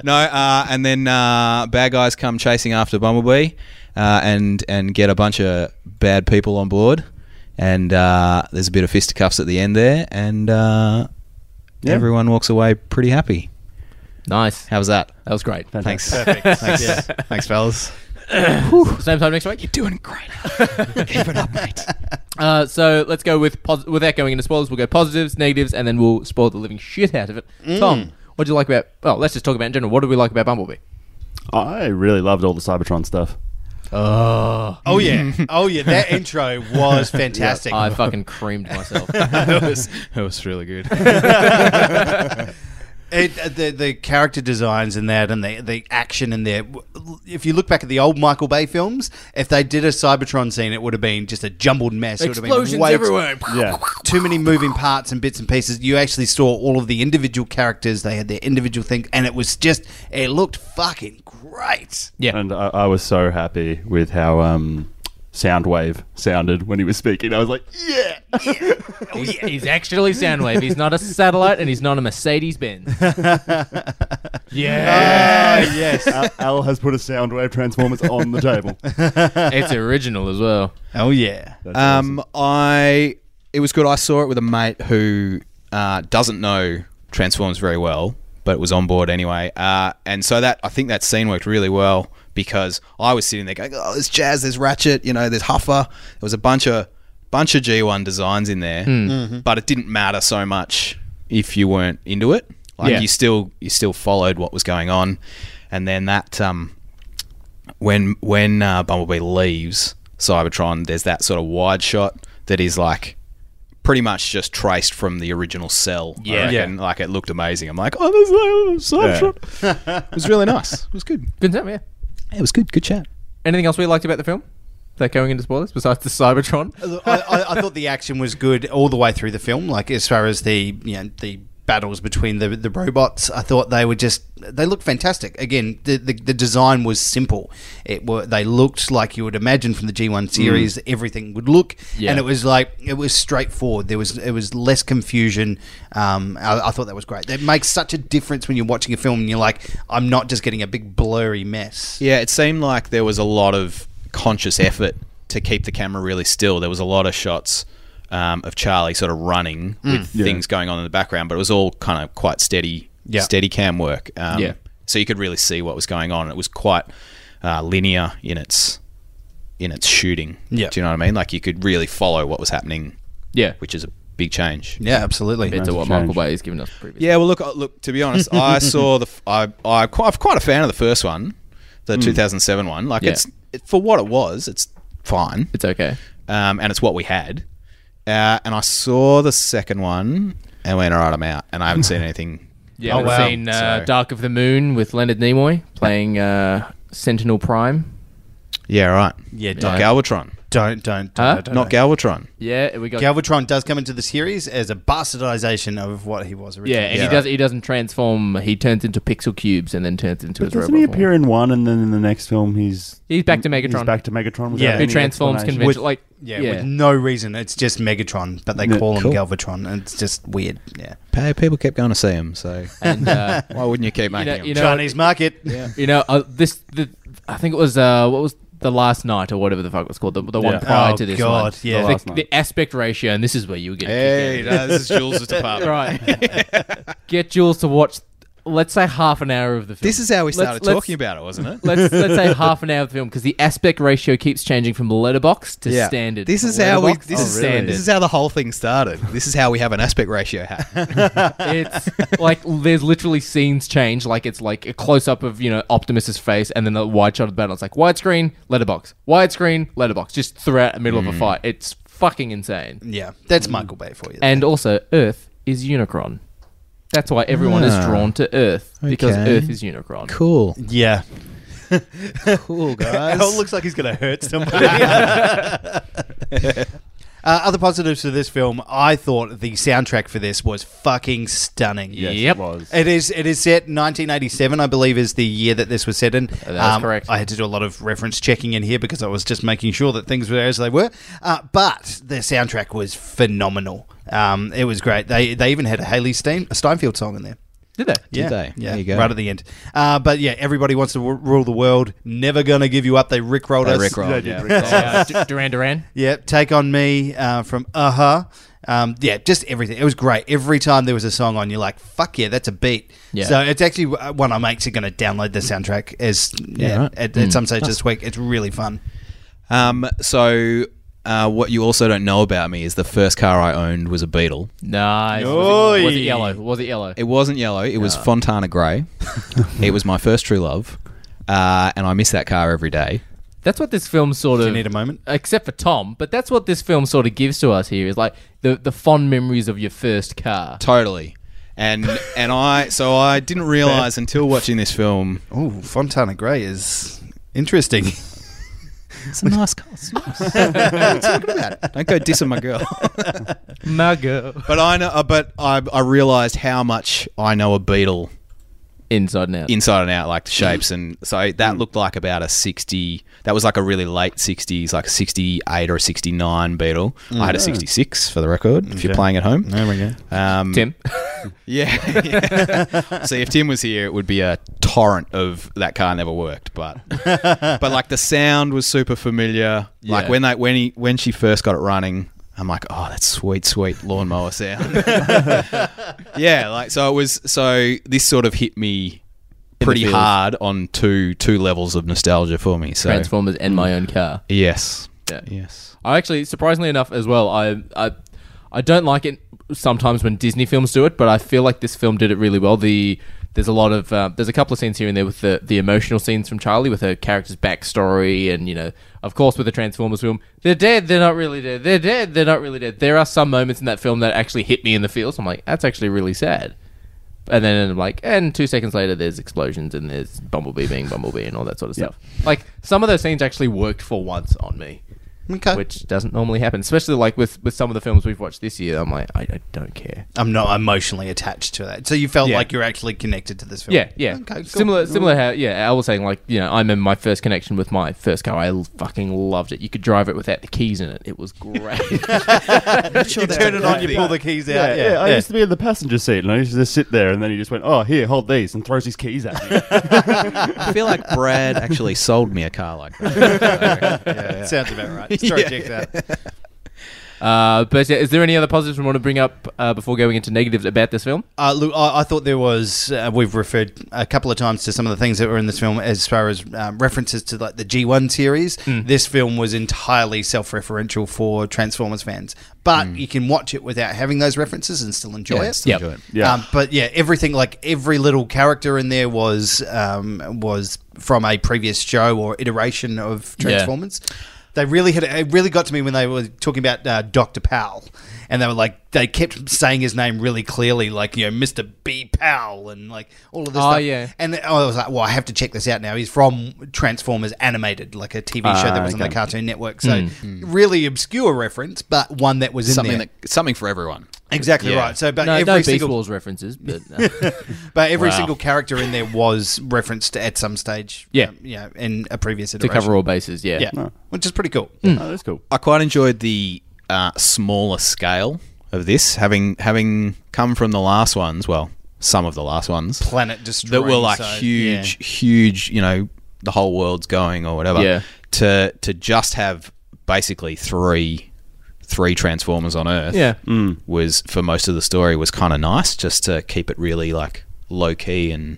A: No, uh, and then uh, bad guys come chasing after Bumblebee, uh, and and get a bunch of bad people on board, and uh, there's a bit of fisticuffs at the end there, and uh, everyone walks away pretty happy.
D: nice.
A: How was that?
D: That was great.
A: Thanks.
F: Thanks. Thanks, fellas.
D: Same time next week.
A: Doing great. Keep it up, mate.
D: Uh, so let's go with pos- without going into spoilers. We'll go positives, negatives, and then we'll spoil the living shit out of it. Tom, what do you like about? Well, let's just talk about it in general. What do we like about Bumblebee?
E: I really loved all the Cybertron stuff.
F: Oh yeah. Oh yeah. That intro was fantastic.
D: I fucking creamed myself.
A: that was that was really good.
F: It, uh, the the character designs in that and the the action in there. If you look back at the old Michael Bay films, if they did a Cybertron scene, it would have been just a jumbled mess. It would have been
D: Explosions
F: way-
D: everywhere.
E: Yeah.
F: Too many moving parts and bits and pieces. You actually saw all of the individual characters. They had their individual things, and it was just it looked fucking great.
D: Yeah.
E: And I, I was so happy with how um, Soundwave sounded when he was speaking. I was like, yeah.
D: He's, he's actually Soundwave. He's not a satellite, and he's not a Mercedes Benz. yeah,
E: yes. Al, Al has put a Soundwave Transformers on the table.
D: it's original as well.
F: Oh yeah.
A: Um, I it was good. I saw it with a mate who uh, doesn't know Transformers very well, but was on board anyway. Uh, and so that I think that scene worked really well because I was sitting there going, "Oh, there's Jazz, there's Ratchet, you know, there's Huffer." There was a bunch of bunch of G1 designs in there, but it didn't matter so much if you weren't into it. Like
D: Yeah.
A: you still you still followed what was going on, and then that um, when when uh, Bumblebee leaves Cybertron, there's that sort of wide shot that is like pretty much just traced from the original cell.
D: Yeah.
A: I reckon. like it looked amazing. I'm like, oh, there's Cybertron. it was really nice. It was good.
D: Good time, yeah.
A: Yeah, it was good. Good chat.
D: Anything else we liked about the film? That going into spoilers besides the Cybertron?
F: I, I, I thought the action was good all the way through the film. Like as far as the you know the battles between the the robots, I thought they were just they looked fantastic. Again, the the, the design was simple. It were they looked like you would imagine from the G one series. Everything would look,
D: Mm. Yeah.
F: and it was like it was straightforward. There was it was less confusion. Um, I, I thought that was great. That makes such a difference when you're watching a film and you're like, I'm not just getting a big blurry mess.
A: Yeah, it seemed like there was a lot of conscious effort to keep the camera really still. There was a lot of shots um, of Charlie sort of running
F: Mm.
A: with things going on in the background, but it was all kind of quite steady,
F: Yeah.
A: steady cam work. Um,
D: Yeah.
A: So you could really see what was going on. It was quite uh, linear in its in its shooting.
F: Yeah.
A: Do you know what I mean? Like you could really follow what was happening,
D: yeah.
A: which is a big change.
F: Yeah, absolutely.
D: compared to what
E: Massive
D: Michael
E: change.
D: Bay has given us previously.
A: Yeah, well, look, uh, look. To be honest, I saw the. f- I, I quite, I'm quite a fan of the first one, the 2007 one. Like
D: Mm. Yeah.
A: it's it, for what it was, it's fine,
D: It's okay.
A: um, and it's what we had. Uh, and I saw the second one and went, all right, I'm out, and I haven't seen anything.
E: Oh,
D: Yeah, I've
F: wow.
D: seen uh,
A: So-
D: Dark of the Moon with Leonard Nimoy playing uh, Sentinel Prime.
A: Yeah, right.
F: Yeah,
A: not
D: yeah.
A: Galvatron.
F: Don't don't, don't,
D: Huh?
F: don't
A: Not Galvatron.
D: Yeah, we got.
F: Galvatron does come into the series as a bastardization of what he was
D: yeah,
F: originally.
D: and he does. He doesn't transform. He turns into pixel cubes and then turns into his
E: Doesn't
D: robot
E: he
D: form.
E: appear in one and then in the next film he's
D: He's back to Megatron.
E: He's back to Megatron. without
F: Yeah.
E: any
D: who transforms
E: explanation?
D: conventional,
F: With-
D: like
F: Yeah, with no reason. It's just Megatron, but they
E: Yeah,
F: call him
A: cool.
F: Galvatron, and it's just weird. Yeah,
A: Hey, people kept going to see him, so
D: and uh,
A: why wouldn't you keep
D: you
A: making
D: know,
A: him?
D: you know,
F: Chinese market. Yeah,
D: you know, uh, this. The, I think it was uh, what was the last night or whatever the fuck it was called, the, the one
E: Yeah.
D: prior
F: Oh,
D: to this
F: God,
D: one.
F: yeah. The
D: the,
E: last night.
D: the aspect ratio, and this is where you get. a kick out
A: hey,
D: of it.
A: no, this is Jules' department.
D: right. Get Jules to watch. Let's say half an hour of the film.
A: This is how we
D: Let's-
A: started
D: let's-
A: talking about it, wasn't it?
D: Let's let's say half an hour of the film because the aspect ratio keeps changing from letterbox to
A: Yeah.
D: standard.
A: This is how we.
D: Letterbox Oh,
A: This
D: to
A: is
D: standard.
A: This is how the whole thing started. This is how we have an aspect ratio hat.
D: It's like there's literally scenes change. Like it's like a close up of you know Optimus's face and then the wide shot of the battle. It's like widescreen letterbox, widescreen letterbox, just throughout the middle
A: Mm.
D: of a fight. It's fucking insane.
F: that's Michael Bay for you.
D: And also, Earth is Unicron. That's why everyone is
A: Ah.
D: drawn to Earth because
A: Okay.
D: Earth is Unicron.
A: cool,
F: yeah,
A: cool
F: it
A: guys.
F: looks like he's gonna hurt somebody. Uh, other positives to this film, I thought the soundtrack for this was fucking stunning.
E: Yes,
D: Yep.
E: it was.
F: It is. It is set 1987, I believe, is the year that this was set in. Um,
D: Uh, that's correct.
F: I had to do a lot of reference checking in here because I was just making sure that things were as they were. Uh, but the soundtrack was phenomenal. Um, it was great. They they even had a Haley Stein, a Steinfeld song in there.
D: Did they?
F: Yeah,
A: they?
F: Yeah,
A: There you go.
F: right at the end. Uh, but yeah, everybody wants to w- rule the world. Never gonna give you up. They rickrolled
A: They
F: us.
A: rickrolled, yeah.
D: Uh, D- Duran Duran.
F: Yeah, take on me uh, from Uh Huh. Um, yeah, just everything. It was great. Every time there was a song on, you're like, "Fuck yeah, that's a beat."
D: Yeah.
F: So it's actually uh, one I'm actually going to download the soundtrack as yeah,
A: right.
F: at, at some stage this week. It's really fun.
A: Um, so uh, what you also don't know about me is the first car I owned was a Beetle.
D: Nice. Was it, was it yellow? Was it yellow?
A: It wasn't yellow. It was Fontana Grey. it was my first true love, uh, and I miss that car every day.
D: That's what this film sort of.
F: You need a moment.
D: except for Tom, but that's what this film sort of gives to us here is like the the fond memories of your first car.
A: Totally. And and I so I didn't realize until watching this film.
F: Oh, Fontana Grey is interesting.
A: It's a nice car. It's nice. what are you talking about? Don't go dissing my girl.
D: My girl.
A: But I know, uh, but I, I realized how much I know a beetle
D: Inside and out.
A: inside and out, like the shapes,
F: Mm-hmm.
A: and so
F: Mm.
A: that looked like about a sixty. That was like a really late sixties, like sixty-eight or a sixty-nine beetle. I had a sixty-six for the record. If you're playing at home,
F: Mm. there we go.
A: um,
D: Tim.
A: yeah. yeah. See, if Tim was here, it would be a torrent of that car never worked. But but like the sound was super familiar. Like
D: Yeah.
A: when they when he when she first got it running, I'm like, oh, that's sweet, sweet lawnmower sound. yeah, like so it was. So this sort of hit me pretty
D: feels.
A: hard on two two levels of nostalgia for me. So
D: Transformers and my own car.
A: yes,
D: Yeah.
A: yes.
D: I actually surprisingly enough as well, I I I don't like it sometimes when Disney films do it, but I feel like this film did it really well. The There's a lot of uh, there's a couple of scenes here and there with the the emotional scenes from Charlie with her character's backstory and you know of course with the Transformers film they're dead they're not really dead they're dead they're not really dead. There are some moments in that film that actually hit me in the feels. I'm like that's actually really sad. And then like, and two seconds later, there's explosions and there's Bumblebee being Bumblebee and all that sort of stuff. Like some of those scenes actually worked for once on me,
F: Okay.
D: which doesn't normally happen, especially like with with some of the films we've watched this year. I'm like, I, I don't care.
F: I'm not emotionally attached to that. So you felt
D: Yeah.
F: like you're actually connected to this film.
D: Yeah, yeah.
F: Okay, cool.
D: Similar, similar. How, yeah, I was saying like, you know, I remember my first connection with my first car. I l- fucking loved it. You could drive it without the keys in it. It was great.
F: You turn it on, you pull the keys out. Yeah,
E: yeah, I
F: yeah.
E: used to be in the passenger seat, and I used to just sit there, and then he just went, "Oh, here, hold these," and throws his keys at me.
A: I feel like Brad actually sold me a car like that.
F: Sounds about right. Sorry, check that.
D: uh, but yeah, is there any other positives we want to bring up uh, before going into negatives about this film?
F: Uh, look, I, I thought there was. Uh, we've referred a couple of times to some of the things that were in this film as far as um, references to like the G1 series. This film was entirely self-referential for Transformers fans, but you can watch it without having those references and still enjoy it.
D: Yep.
E: Yeah.
F: Um, but yeah, everything like every little character in there was um, was from a previous show or iteration of Transformers. They really had it really got to me when they were talking about uh, Doctor Powell, and they were like they kept saying his name really clearly, like you know Mister B Powell and like all of this.
D: Oh,
F: stuff.
D: yeah.
F: And I was like, well, I have to check this out now. He's from Transformers Animated, like a TV show that was on the Cartoon Network. So really obscure reference, but one that was in
A: something
F: there.
A: that something for everyone.
F: exactly
A: Yeah.
F: right. So, but
D: No,
F: every
D: no Beast
F: single
D: Wars references, but uh,
F: but every
D: Wow.
F: single character in there was referenced at some stage.
D: Yeah.
F: um, yeah, in a previous
D: to
F: iteration.
D: cover all bases, yeah.
F: yeah, which is pretty cool.
E: oh, that's cool.
A: I quite enjoyed the uh, smaller scale of this, having having come from the last ones. Well, some of the last ones
F: Planet destroyed
A: that were like huge, huge. You know, the whole world's going or whatever.
D: Yeah.
A: To to just have basically three three transformers on Earth.
D: Yeah.
A: Was for most of the story was kind of nice, just to keep it really like low key and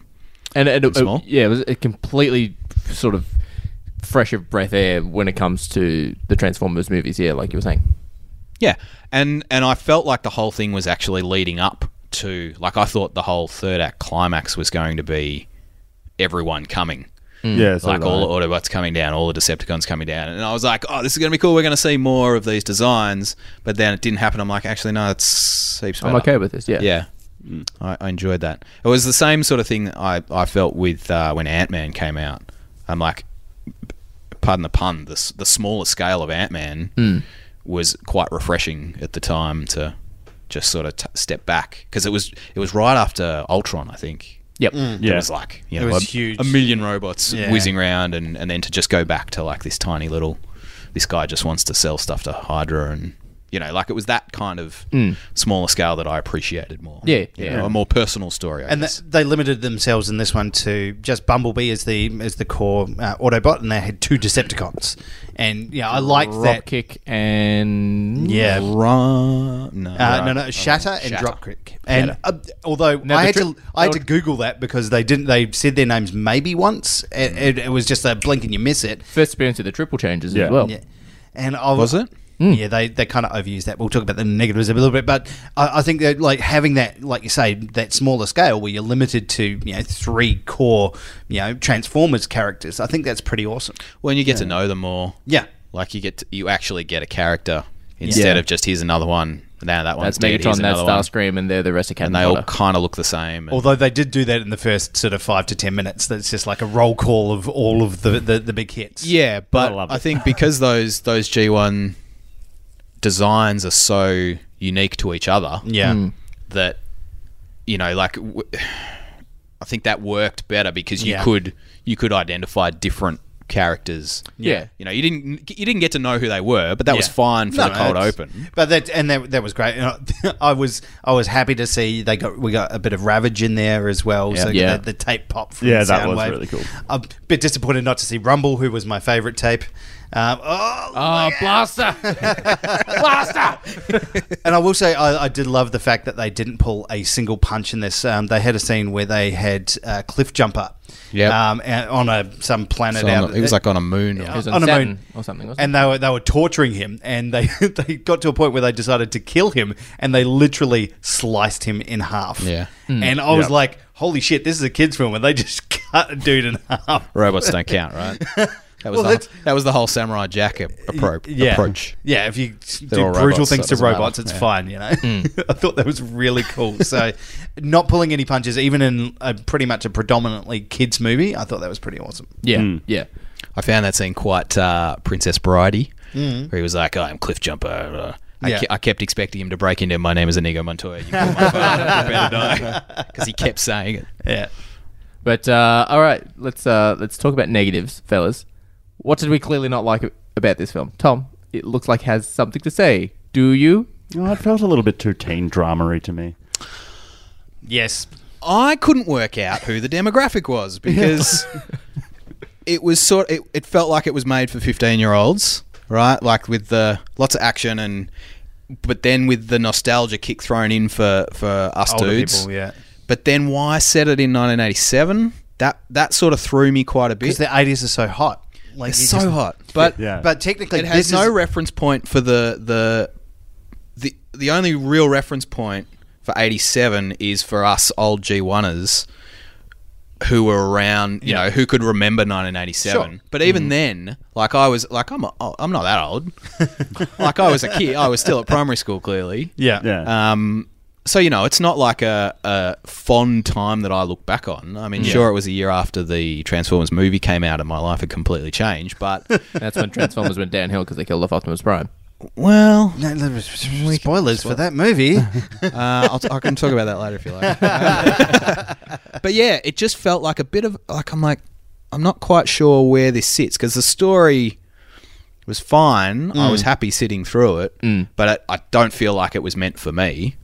D: and it, it-
A: small.
D: yeah, it was a completely sort of fresh of breath air when it comes to the Transformers movies. Yeah, like you were saying.
A: Yeah, and and I felt like the whole thing was actually leading up to like I thought the whole third act climax was going to be everyone coming,
F: Mm.
E: Yeah, so
A: like
E: did I.
A: all the Autobots coming down, all the Decepticons coming down, and I was like, oh, this is going to be cool. We're going to see more of these designs, but then it didn't happen. I'm like, actually, no, it's heaps.
D: I'm
A: better.
D: okay with this. Yeah.
A: Yeah. I, I enjoyed that. It was the same sort of thing that I, I felt with uh, when Ant Man came out. I'm like, pardon the pun, the, s- the smaller scale of Ant Man was quite refreshing at the time to just sort of t- step back because it was it was right after Ultron, I think.
D: Yep.
A: It
E: Yeah.
A: was like you know
F: was
A: a,
F: huge.
A: a million robots
F: Yeah.
A: whizzing around, and, and then to just go back to like this tiny little, this guy just wants to sell stuff to Hydra, and you know, like it was that kind of smaller scale that I appreciated more.
D: Yeah,
A: You
D: yeah.
A: know, a more personal story. I
F: And
A: guess.
F: th- they limited themselves in this one to just Bumblebee as the as the core uh, Autobot, and they had two Decepticons. And yeah, I liked that.
D: Dropkick and
F: Yeah,
A: Ra- no,
F: Uh,
A: Ra-
F: no, no, shatter and
A: Shatter.
F: drop kick. And uh, although I
D: the
F: had
D: tri-
F: to, I had
D: no-
F: to Google that because they didn't. They said their names maybe once. It, it, it was just a blink and you miss it.
D: first experience of the triple changes
E: Yeah.
D: as well.
F: Yeah, and I
A: was it?
F: Yeah, they, they kind of overuse that. We'll talk about the negatives a little bit, but I, I think that like having that, like you say, that smaller scale where you're limited to you know three core you know Transformers characters. I think that's pretty awesome.
A: When you get to know them more,
F: Yeah,
A: like you get to, you actually get a character instead
E: Yeah.
A: of just here's another one. Now that one's
D: That's
A: dead. Here's
D: Megatron, that's
A: another one.
D: Starscream, and they're the rest of Captain
A: And they all
D: Potter.
A: kind of look the same. and-
F: although they did do that in the first sort of five to ten minutes. That's just like a roll call of all of the the, the big hits.
A: Yeah, but
E: love
A: I,
E: it.
A: think because those those G one designs are so unique to each other
F: yeah.
A: that you know, like w- I think that worked better because you
F: Yeah.
A: could you could identify different characters.
D: Yeah.
A: You know, you didn't you didn't get to know who they were, but that was fine for
F: No,
A: the cold
F: that's-
A: open.
F: But that and that, that was great. And I, I was I was happy to see they got we got a bit of Ravage in there as well. So
D: Yeah.
F: The, the tape pop from
E: Yeah, that was
F: Soundwave.
E: really cool.
F: I'm a bit disappointed not to see Rumble, who was my favourite tape. Um, oh,
D: Oh, blaster! blaster!
F: and I will say, I, I did love the fact that they didn't pull a single punch in this. Um, they had a scene where they had uh, Cliff Jumper,
A: Yep.
F: um, and- on a some planet
A: So
F: out.
A: on the- it was like on a moon. Or,
D: was on
F: On a
D: Saturn
F: moon.
D: or something. Wasn't
F: and they were they were torturing him, and they they got to a point where they decided to kill him, and they literally sliced him in half.
A: Hmm. Yeah.
F: and I was
E: Yep.
F: like, "Holy shit, this is a kids' film," and they just cut a dude in half.
A: Robots don't count, right? That was,
F: Well,
A: the,
F: that's-
A: whole- that was the whole Samurai Jack ap- appro-
F: yeah.
A: approach.
F: Yeah, if you do
A: all
F: brutal
A: robots, so
F: things
A: it
F: to
A: doesn't matter.
F: robots, it's
A: Yeah. Hmm.
F: fine, you know? I thought that was really cool. So, not pulling any punches, even in a, pretty much a predominantly kids' movie, I thought that was pretty awesome.
D: it? Yeah, yeah.
A: I found that scene quite uh, Princess Bridey, where he was like, "I am Cliff Jumper." uh, I,
F: Mm. Yeah.
A: ke- I kept expecting him to break into my name is Inigo Montoya. You call my phone, because he kept saying it.
F: Yeah.
D: But uh, all right, let's uh, let's talk about negatives, fellas. What did we clearly not like about this film, Tom? It looks like it has something to say. Do you?
E: Oh, it felt a little bit too teen dramery to me.
F: Yes.
A: I couldn't work out who the demographic was because it was sort. It, it felt like it was made for fifteen-year-olds, right? Like with the lots of action and, but then with the nostalgia kick thrown in for for us
F: Older
A: dudes.
F: people, yeah.
A: But then why set it in 1987? That that sort of threw me quite a bit.
F: Because the 80s are so hot. Like,
A: It's
F: you
A: so
F: just-
A: hot, but
E: Yeah.
F: But technically,
A: it has
F: this
A: no
F: is,
A: reference point for the the the the only real reference point for '87 is for us old G1ers who were around, you know, who could remember 1987.
F: Sure. Mm-hmm.
A: But even then, like I was, like I'm, a, oh, I'm not that old. like I was a kid, I was still at primary school, clearly.
F: Yeah. Uh,
E: Yeah.
A: Um, so you know, it's not like a, a fond time that I look back on. I mean, sure, it was a year after the Transformers movie came out, and my life had completely changed. But
D: That's when Transformers went downhill because they killed off Optimus Prime.
A: well,
F: No, no, spoilers for that movie.
A: uh, I'll t- I can talk about that later if you like. but yeah, it just felt like a bit of like I'm like I'm not quite sure where this sits because the story was fine. I was happy sitting through it, but I, I don't feel like it was meant for me.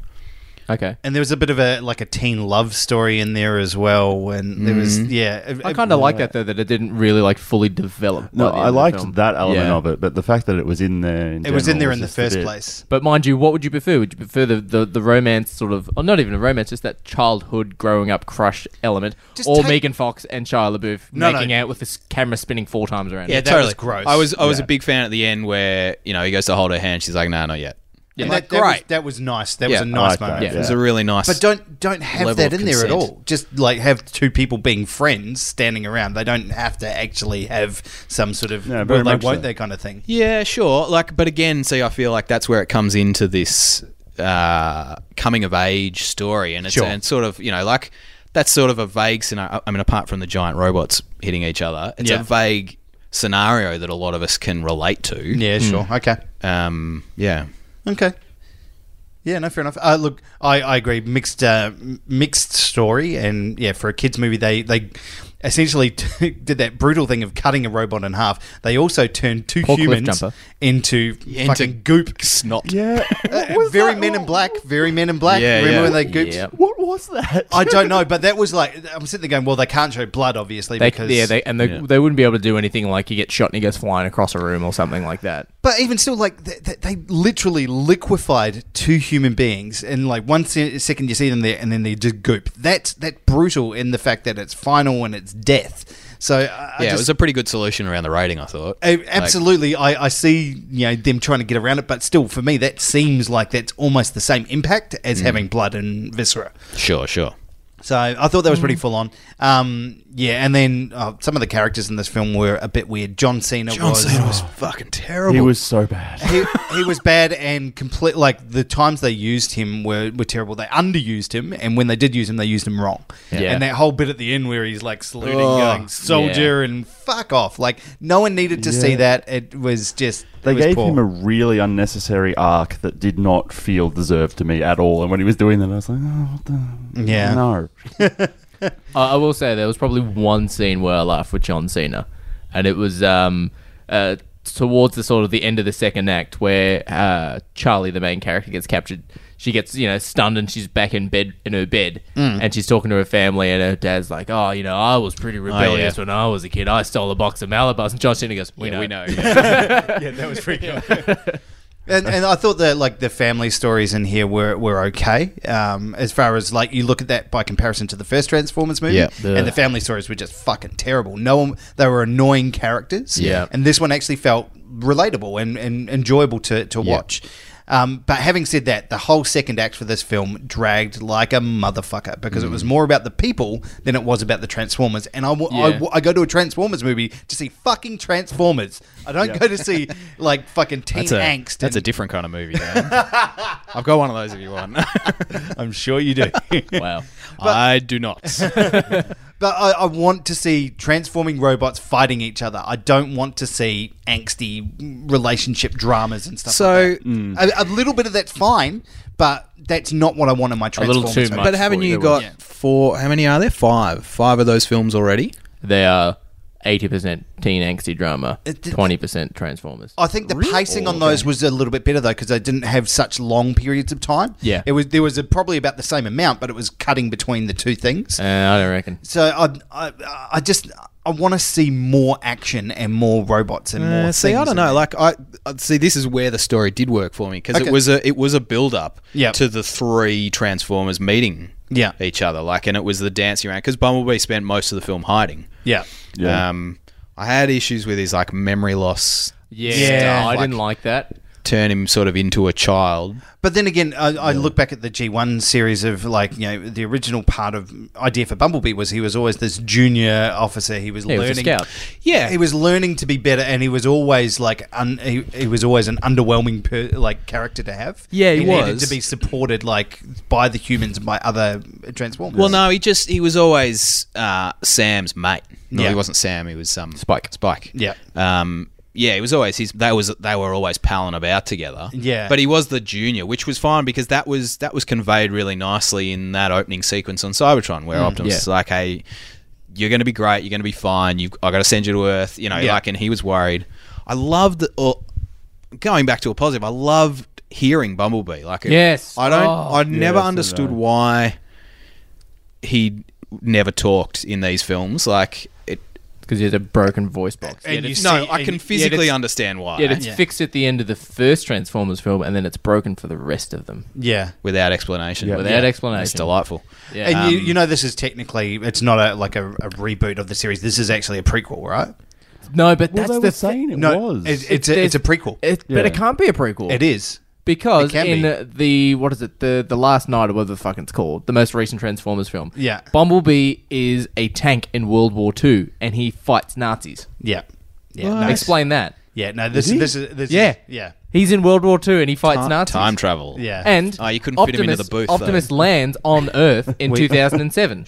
D: Okay.
F: and there was a bit of a like a teen love story in there as well. And there was,
A: Mm-hmm.
F: yeah.
D: I kind of like that though that it didn't really like fully develop. by the
E: No,
D: end
E: I
D: of the
E: liked
D: film.
E: that element
D: Yeah.
E: of it, but the fact that it was in there. In
F: It was in
E: general
F: there in the
E: just a
F: first
E: bit-
F: place.
D: But mind you, what would you prefer? Would you prefer the, the, the romance sort of, or not even a romance, just that childhood growing up crush element,
F: Just
D: or
F: take-
D: Megan Fox and Shia LaBeouf
F: No, no.
D: making out with this camera spinning four times around?
F: Yeah, that was gross.
A: I was I was a big fan at the end where you know he goes to hold her hand. She's like, "No, not yet."
D: Yeah.
F: And that,
D: Like,
F: that was-
A: great.
F: that was nice. That
A: Yeah,
F: was a
A: I
F: nice
E: like that,
F: moment.
A: It was
E: Yeah.
A: a really nice.
F: But don't don't have
A: level
F: that
A: of
F: in there at
A: consent.
F: all. Just like have two people being friends standing around. They don't have to actually have some sort of
E: No,
F: will
E: very
F: they
E: much
F: won't
E: so.
F: they kind of thing.
A: Yeah, sure. Like, but again, see, I feel like that's where it comes into this uh, coming of age story, and it's
F: Sure.
A: and sort of you know like that's sort of a vague scenario. I mean, apart from the giant robots hitting each other, it's
F: Yeah.
A: a vague scenario that a lot of us can relate to.
F: Yeah, sure. Okay.
A: Um. Yeah.
F: Okay. Yeah, no, fair enough. Uh, look, I, I agree. Mixed uh, m- mixed story, and yeah, for a kids movie, they they essentially did that brutal thing of cutting a robot in half. They also turned two
D: Forklift
F: humans
D: jumper.
F: into
A: Into
F: fucking goop.
A: Snot.
E: Yeah. What was
F: Very
E: that?
F: Men in Black. Very Men in Black.
A: Yeah,
F: Remember
A: yeah.
F: when they gooped?
D: Yeah.
E: What was that?
F: I don't know, but that was like I'm sitting there going, well, they can't show blood, obviously,
D: They,
F: because
D: yeah, they, and they,
A: Yeah.
D: they wouldn't be able to do anything like he gets shot and he goes flying across a room or something like that.
F: But even still, like they, they, they literally liquefied two human beings, and like one se- second you see them there, and then they just goop. That's that brutal in the fact that it's final and it's death. So I, I
A: Yeah, it
F: just-
A: was a pretty good solution around the rating, I thought.
F: I-
A: Like,
F: absolutely. I, I see you know them trying to get around it, but still, for me, that seems like that's almost the same impact
A: Mm.
F: as having blood and viscera.
A: sure, sure.
F: So I thought that was pretty full on. Um, yeah, and then uh, some of the characters in this film were a bit weird. John Cena was
A: fucking terrible.
E: He was so bad.
F: he, he was bad and complete. Like the times they used him were, were terrible. They underused him, and when they did use him, they used him wrong.
D: Yeah.
F: And that whole bit at the end where he's like saluting,
A: Oh,
F: going soldier, and fuck off. Like no one needed to see
E: Yeah.
F: that. It was just
E: They
F: it was
E: gave
F: poor.
E: him a really unnecessary arc that did not feel deserved to me at all. And when he was doing that, I was like, oh, what the?
F: Yeah.
E: No.
D: I I will say there was probably one scene where I laughed with John Cena, and it was um, uh, towards the sort of the end of the second act where uh, Charlie, the main character, gets captured. She gets you know stunned and she's back in bed in her bed
F: Mm.
D: and she's talking to her family and her dad's like, oh, you know, I was pretty rebellious when I was a kid. I stole a box of Malibars and John Cena goes, we know,
A: we know.
F: yeah, that was pretty cool. And, and I thought that like the family stories in here were were okay um, as far as like you look at that by comparison to the first Transformers movie,
A: Yeah.
F: and the family stories were just fucking terrible. No one, they were annoying characters,
A: Yeah.
F: And this one actually felt relatable and, and enjoyable to to watch. Um, but having said that, the whole second act for this film dragged like a motherfucker because it was more about the people than it was about the Transformers. And I wa- I
D: Yeah.
F: wa- I go to a Transformers movie to see fucking Transformers. I don't go to see like fucking teen
A: That's a,
F: angst.
A: that's a
F: and-
A: different kind of movie. Dan. I've got one of those if you want.
F: I'm sure you do.
D: wow.
A: I do not.
F: but I, I want to see transforming robots fighting each other. I don't want to see angsty relationship dramas and stuff.
A: So-
F: like that. a, a little bit of that's fine, but that's not what I want in my
D: little
F: Transformers.
D: too
F: movie.
D: much.
A: but haven't
D: for
A: you
D: either
A: got
D: one.
A: four? How many are there? Five. Five of those films already.
D: They are eighty percent teen angsty drama,
F: It did- Oh.
D: twenty percent Transformers.
F: I think the pacing
A: Oh,
F: on those was a little bit better though because they didn't have such long periods of time.
D: Yeah.
F: it was there was a, probably about the same amount, but it was cutting between the two things.
D: Uh, I don't reckon.
F: So I, I, I just I want to see more action and more robots and more.
A: Uh, see, I
F: things
A: don't
F: in
A: know.
F: it.
A: Like, I I- see this is where the story did work for me because
F: Okay.
A: it was a it was a build up
F: Yep.
A: to the three Transformers meeting
F: Yeah.
A: each other. Like, and it was the dancing around because Bumblebee spent most of the film hiding.
F: yeah,
E: Yeah.
A: Um, I had issues with his like memory loss.
D: Yeah,
F: Yeah.
D: Oh, I didn't like that.
A: Turn him sort of into a child.
F: but then again, I, I look back at the G one series of like you know the original part of idea for Bumblebee was he was always this junior officer. He was
D: He was
F: learning.
D: a scout.
A: Yeah,
F: He was learning to be better, and he was always like un, he, he was always an underwhelming per, like character to have.
A: Yeah, he
F: needed
A: was.
F: to be supported like by the humans and by other Transformers.
A: Well, no, he just he was always uh, Sam's mate. No,
F: Yeah.
A: he wasn't Sam. He was um, Spike. Spike.
F: Yeah.
A: Um. Yeah, he was always his. They was they were always palling about together.
F: Yeah.
A: But he was the junior, which was fine because that was that was conveyed really nicely in that opening sequence on Cybertron, where Optimus is like, "Hey, you're going to be great. You're going to be fine. You, I got to send you to Earth." You know,
F: Yeah.
A: like, and he was worried. I loved or going back to a positive. I loved hearing Bumblebee. Like, it-
D: Yes.
A: I don't.
D: Oh.
A: I never
E: so
A: understood
E: nice.
A: why he never talked in these films. Like it.
D: because he has a broken voice box.
F: And you
A: No,
F: see-
A: I
F: and-
A: can
F: yeah,
A: physically understand why.
D: Yet it's fixed at the end of the first Transformers film, and then it's broken for the rest of them.
F: yeah.
A: without explanation.
D: Without explanation.
A: It's delightful.
D: Yeah.
F: And you, Um, you know this is technically it's not a like a, a reboot of the series. This is actually a prequel, right?
D: Um, no, but
E: well,
D: that's
E: they
D: the thing.
E: were saying it
F: No,
E: was.
F: It's, it's, a, it's a prequel.
D: It, But it
E: Yeah.
D: can't be a prequel.
F: it is.
D: because
F: It can
D: in
F: be.
D: uh, the what is it the the last night or whatever the fuck it's called the most recent Transformers film.
F: Yeah.
D: Bumblebee is a tank in World War Two, and he fights Nazis.
F: Yeah. Yeah. No,
D: Explain that.
F: Yeah. No. This. This is. This
D: Yeah.
F: Is, yeah.
D: He's in World War Two, and he fights
A: Time,
D: Nazis.
A: time travel.
F: Yeah.
D: And
A: Oh, you couldn't
D: Optimus,
A: fit him into the booth, though.
D: Optimus lands on Earth in 2007.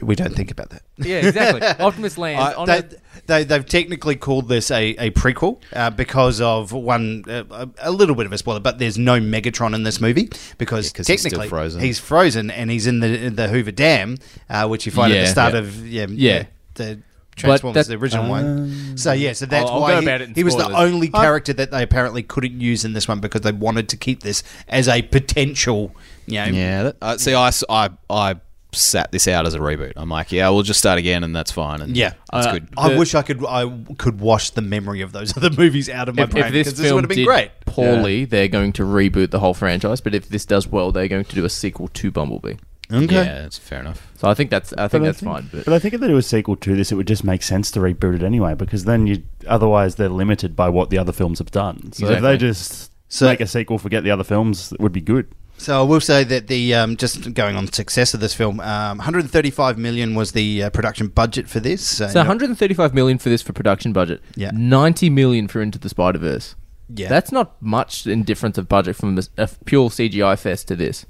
F: We don't think about that.
D: yeah, exactly. Optimus lands on
F: they,
D: Earth.
F: they, they've technically called this a, a prequel uh, because of one uh, a a little bit of a spoiler, but there's no Megatron in this movie because
A: 'cause he's still
F: technically
A: frozen.
F: he's frozen and he's in the in the Hoover Dam, uh, which you find at
D: Yeah,
F: the start
D: yeah.
F: of yeah,
D: Yeah.
F: the Transformers
D: that-
F: the original one. So yeah, so that's
D: I'll- I'll
F: why
D: go
F: he,
D: about it in
F: he was the
D: spoilers.
F: only character that they apparently couldn't use in this one because they wanted to keep this as a potential. You know,
A: Yeah. That, uh, see, I, s- I- I sat this out as a reboot. I'm like, yeah, we'll just start again, and that's fine. And
F: Yeah.
A: that's
D: Uh,
A: good.
F: I
D: The-
F: wish I could I could wash the memory of those other movies out of my
D: If,
F: brain
D: if this
F: because this would
D: film
F: have been
D: did
F: great.
D: poorly, they're going to reboot the whole franchise. But if this does well, they're going to do a sequel to Bumblebee.
A: Yeah, it's fair enough.
D: So I think that's I think
E: But I
D: that's
E: think-
D: fine. But
E: But I think if they do a sequel to this, it would just make sense to reboot it anyway, because then you otherwise they're limited by what the other films have done. So if
D: Exactly.
E: they just
F: So-
E: make a sequel, forget the other films, it would be good.
F: So I will say that the um, just going on success of this film, um, 135 million was the uh, production budget for this. So,
D: so 135 million for this for production budget.
F: Yeah.
D: 90 million for Into the Spider Verse.
F: Yeah.
D: That's not much in difference of budget from this, a pure CGI fest to this.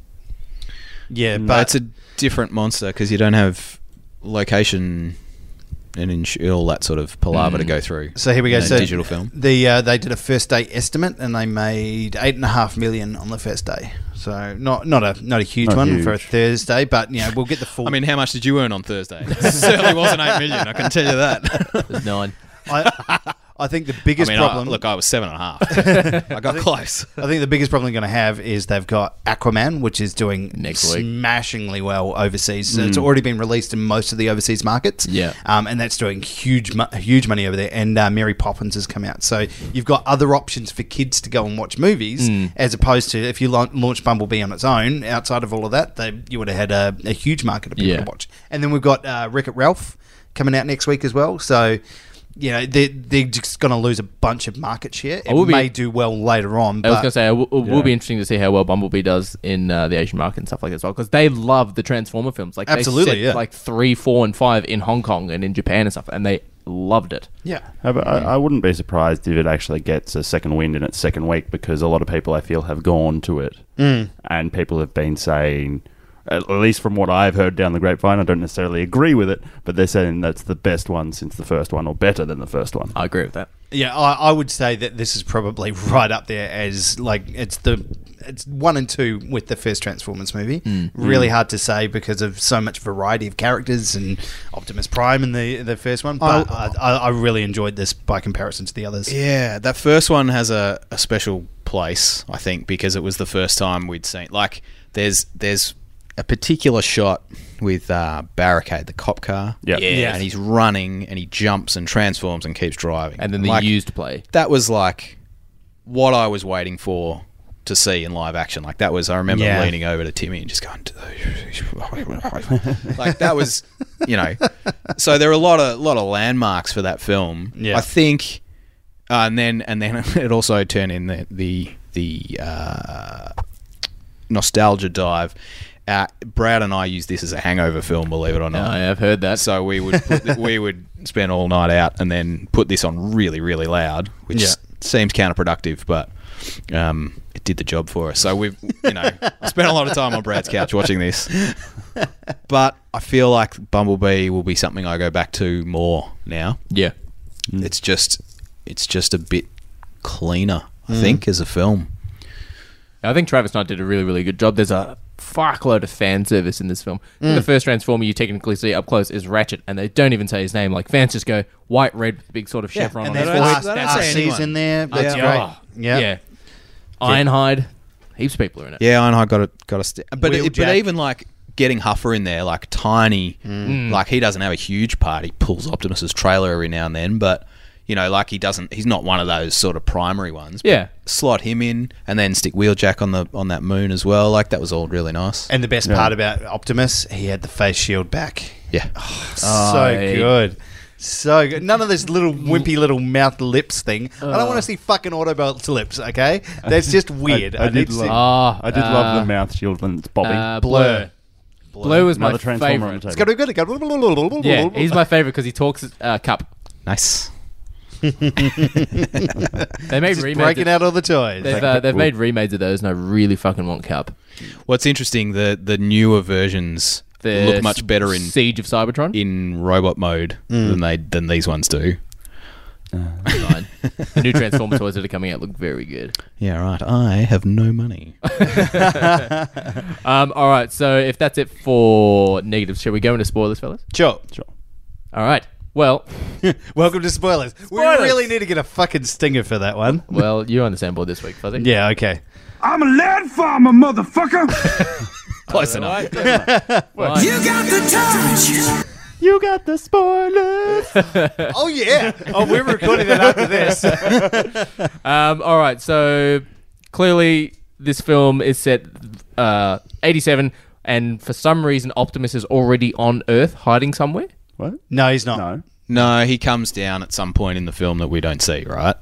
F: yeah,
A: But
F: but
A: it's a different monster because you don't have location and ins- all that sort of palaver
D: Mm.
A: to go through.
F: so here we go.
A: in a
F: so
A: digital film.
F: The uh, they did a first day estimate and they made eight and a half million on the first day. So not not a not a huge
E: Not
F: one for a
E: huge.
F: Thursday, but you know we'll get the full.
A: I mean, how much did you earn on Thursday? It certainly wasn't eight million. I can tell you that.
D: There's nine.
F: I, I think the biggest
A: I mean, I-
F: problem.
A: look, I was seven and a half. I got close.
F: I think the biggest problem they're going to have is they've got Aquaman, which is doing
D: Next week. Mm.
F: smashingly well overseas. So It's already been released in most of the overseas markets.
D: Yeah.
F: um, and that's doing huge, mo- huge money over there. And uh, Mary Poppins has come out, so you've got other options for kids to go and watch movies,
D: Mm.
F: as opposed to if you laun- launch Bumblebee on its own. Outside of all of that, they, you would have had a, a huge market of people to
D: Yeah.
F: watch. And then we've got uh, Wreck It Ralph coming out next week as well. So. You know they're, they're just going to lose a bunch of market share. It
D: will be-
F: may do well later on.
D: I was
F: but-
D: going to say, it will, it will
E: Yeah.
D: be interesting to see how well Bumblebee does in uh, the Asian market and stuff like that as well, because they love the Transformer films. Like
F: Absolutely,
D: they set,
F: yeah.
D: like three, four, and five in Hong Kong and in Japan and stuff, and they loved it.
F: Yeah.
E: I, I I wouldn't be surprised if it actually gets a second wind in its second week because a lot of people I feel have gone to it, and people have been saying, at least from what I've heard down the grapevine, I don't necessarily agree with it, but they're saying that's the best one since the first one, or better than the first one.
D: I agree with that.
F: Yeah, I, I would say that this is probably right up there as like it's the it's one and two with the first Transformers movie.
D: Hmm.
F: Really hard to say because of so much variety of characters and Optimus Prime in the the first one. But
D: Oh.
F: I, I, I really enjoyed this by comparison to the others.
A: Yeah, that first one has a, a special place, I think, because it was the first time we'd seen. Like, there's there's a particular shot with uh, Barricade, the cop car.
E: Yeah. Yes.
A: and he's running and he jumps and transforms and keeps driving.
D: And then the
A: like,
D: used play.
A: that was like what I was waiting for to see in live action. Like that was, I remember
F: Yeah.
A: leaning over to Timmy and just going, like that was, you know. So there are a lot of lot of landmarks for that film.
F: Yeah.
A: I think, uh, and then and then it also turned in the the the uh, nostalgia dive. Uh, Brad and I used this as a hangover film, believe it or
F: Oh,
A: not.
D: I have heard that.
A: So we would put th- we would spend all night out and then put this on really really loud, which
F: Yeah.
A: s- seems counterproductive, but um, it did the job for us. So we've you know spent a lot of time on Brad's couch watching this, but I feel like Bumblebee will be something I go back to more now.
D: yeah.
A: It's just it's just a bit cleaner, I think, as a film.
D: I think Travis Knight did a really, really good job. There's a fuckload of fan service in this film.
F: Mm.
D: The first Transformer you technically see up close is Ratchet, and they don't even say his name. Like, fans just go white, red, with the big sort of chevron
F: And
D: on
F: there's
D: his
A: they don't-
D: forehead.
F: R-
A: they don't say
F: RC's
A: anyone.
F: in there. That's
D: Yeah.
F: great.
D: Oh,
F: Yeah.
D: yeah. Ironhide. Heaps of people are in it.
A: Yeah, and I got a got a st- but it, but
F: Wheeljack.
A: even like getting Huffer in there, like tiny, like he doesn't have a huge part. He pulls Optimus's trailer every now and then, but you know, like he doesn't. He's not one of those sort of primary ones. but
D: Yeah.
A: slot him in and then stick Wheeljack on the on that moon as well. Like that was all really nice.
F: And the best part about Optimus, he had the face shield back.
A: yeah,
F: so
D: I-
F: good. So good. None of this little wimpy little mouth lips thing. I don't want to see fucking Autobots lips, okay? That's just weird.
E: I, I did
F: see-
E: love.
D: Oh,
E: I did love the mouth shield when it's bobbing.
D: Uh,
F: Blur.
D: Blur. Blur was my
E: Another transformer on
D: favorite.
E: the
F: It's gotta
E: table.
F: be good. It's gotta be-
D: Yeah, he's my favorite because he talks uh, cup.
A: nice.
D: They made
F: Just
D: remakes.
F: breaking
D: of-
F: out all the toys.
D: They've, uh, they've made remakes of those, and I really fucking want cup.
A: What's interesting the the newer versions
D: The
A: look much better in
D: Siege of Cybertron.
A: in robot mode than they than these ones do.
D: Fine. the new Transformers toys that are coming out look very good.
A: Yeah, right. I have no money.
D: Um, all right, so if that's it for negatives, shall we go into spoilers, fellas?
F: Sure.
D: All right. Well,
F: Welcome to spoilers.
D: Spoilers.
F: We really need to get a fucking stinger for that one.
D: well, you're on the soundboard this week, Fuzzy.
F: Yeah, okay.
B: I'm a land farmer, motherfucker.
A: Close enough.
B: you got the touch.
E: You got the spoilers.
F: Oh yeah. Oh, we're recording that after this.
D: Um, all right, so clearly this film is set uh, 87, and for some reason Optimus is already on Earth, hiding somewhere.
E: What?
F: No, he's not.
E: No.
A: No, he comes down at some point in the film that we don't see, right?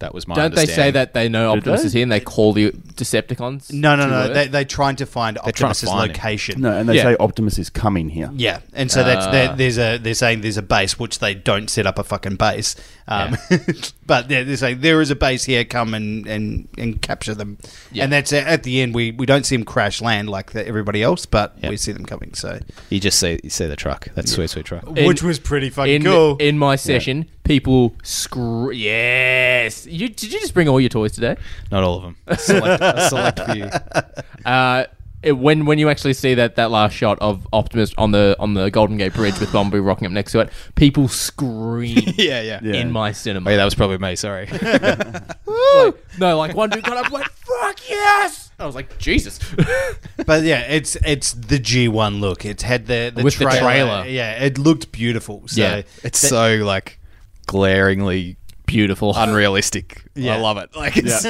A: That was my.
D: Don't they say
A: understanding.
D: that they know Optimus
E: they?
D: is here and they call the Decepticons?
F: No, no,
D: to
F: no.
D: Earth?
F: They they're trying to find
A: trying to
F: Optimus's
A: find him.
F: location.
E: No, and they
D: Yeah.
E: say Optimus is coming here.
F: Yeah, and so that's
A: Uh.
F: there, there's a they're saying there's a base which they don't set up a fucking base, um, but they're, they're saying there is a base here. Come and and, and capture them, and that's at the end. We, we don't see them crash land like the, everybody else, but
A: Yeah.
F: we see them coming. So
A: You just see you see the truck. That sweet, sweet truck.
D: In-
F: which was pretty fucking
D: in,
F: cool.
D: in my session, people scream. Yes. You, did you just bring all your toys today?
A: Not all of them. A select, a select few.
D: Uh, it, when when you actually see that that last shot of Optimus on the on the Golden Gate Bridge with Bumblebee rocking up next to it, people scream
A: Yeah, yeah. yeah.
D: in my cinema.
A: Wait, that was probably me. Sorry.
D: Like, no, like one dude got up like fuck yes. I was like Jesus.
F: But yeah, it's it's the G one look. It's had the, the,
D: With the trailer.
F: Yeah, it looked beautiful. So
D: Yeah.
A: it's so like glaringly
D: Beautiful.
A: unrealistic. I love it. Like it's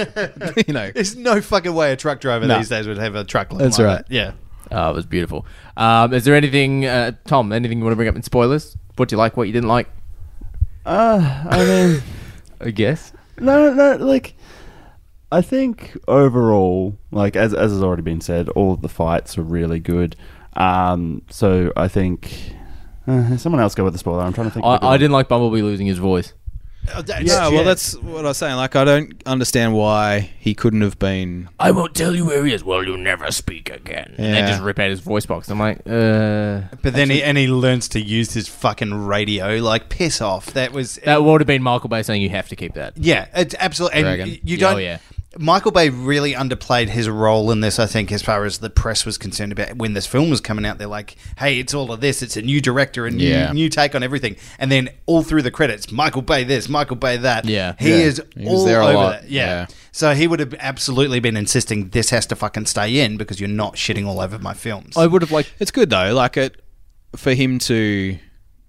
A: you know.
F: there's no fucking way a truck driver
A: No.
F: these days would have a truck look.
A: That's
F: like
A: right.
F: that. Yeah.
D: Oh, it was beautiful. Um, is there anything, uh, Tom? Anything you want to bring up in spoilers? What you like? What you didn't like?
E: I mean,
D: I guess.
E: no, no, like I think overall, like as as has already been said, all of the fights were really good. Um, so I think uh, someone else go with the spoiler. I'm trying to think. of a good
D: I, I
E: one.
D: didn't like Bumblebee losing his voice.
A: Yeah, well, that's what I was saying. Like, I don't understand why he couldn't have been.
D: I won't tell you where he is. Well, you never speak again. And they
A: Yeah.
D: just rip out his voice box. I'm like, uh,
F: But then he and he learns to use his fucking radio. Like piss off. That was
D: that would have been Michael Bay saying you have to keep that.
F: Yeah, it's absolutely. And
A: Dragon.
F: you
D: Oh,
F: don't.
D: yeah.
F: Michael Bay really underplayed his role in this, I think, as far as the press was concerned about when this film was coming out. They're like, hey, it's all of this. It's a new director, a new,
A: Yeah.
F: new take on everything. And then all through the credits, Michael Bay this, Michael Bay that.
D: Yeah.
F: He
A: Yeah.
F: is
A: He was
F: all
A: there a
F: over
A: lot.
F: that. Yeah.
A: Yeah.
F: So he would have absolutely been insisting this has to fucking stay in because you're not shitting all over my films.
D: I would have liked.
A: It's good though. Like it for him to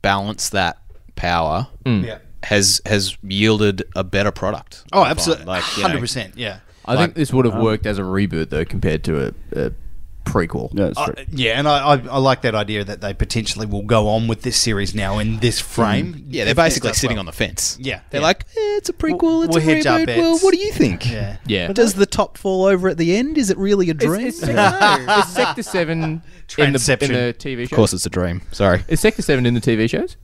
A: balance that power
D: Hmm.
F: yeah.
A: has has yielded a better product.
F: Oh,
A: I
F: absolutely.
A: find. Like, you know,
F: 100%. Yeah.
D: I think this would have worked as a reboot though, compared to a, a prequel.
E: Yeah, that's
F: Uh,
E: true.
F: yeah, and I, I, I like that idea that they potentially will go on with this series now in this frame.
A: Hmm. Yeah, they're basically sitting on the fence.
F: Yeah.
A: they're
F: Yeah.
A: like, eh, it's a prequel,
F: We'll-
A: it's
F: we'll
A: a
F: hitch our
A: reboot. Well,
F: bets.
A: what do you think?
F: Yeah.
D: Yeah.
A: Does the top fall over at the end? Is it really a dream?
D: It's, it's, Sec- it's Sector Seven in the, in the
F: Transception.
D: TV show.
A: of course, it's a dream. Sorry,
D: Is Sector Seven in the TV shows?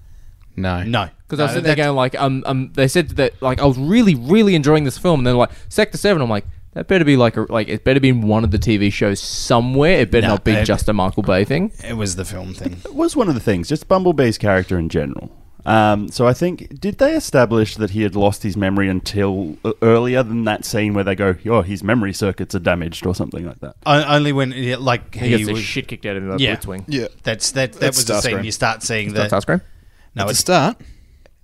A: no,
F: No,
D: Because I was sitting there going like, um, um, they said that like I was really, really enjoying this film, and they're like Sector Seven. I'm like, that better be like, a, like it better be in one of the TV shows somewhere. It better
F: No,
D: not be
F: it-
D: just a Michael Bay thing.
F: it was the film thing.
E: was one of the things, just Bumblebee's character in general. Um, so I think did they establish that he had lost his memory until uh, earlier than that scene where they go, "Oh, his memory circuits are damaged" or something like that.
F: O- only when yeah, like
D: He
F: he,
D: gets the
F: was,
D: shit kicked out of him by
F: yeah,
D: Blitzwing.
A: Yeah.
F: That's that. That
A: That's
F: was the scene
A: Starscream.
F: you start seeing
D: That's
F: that.
D: Starscream.
F: No,
A: At the
F: it's
A: start,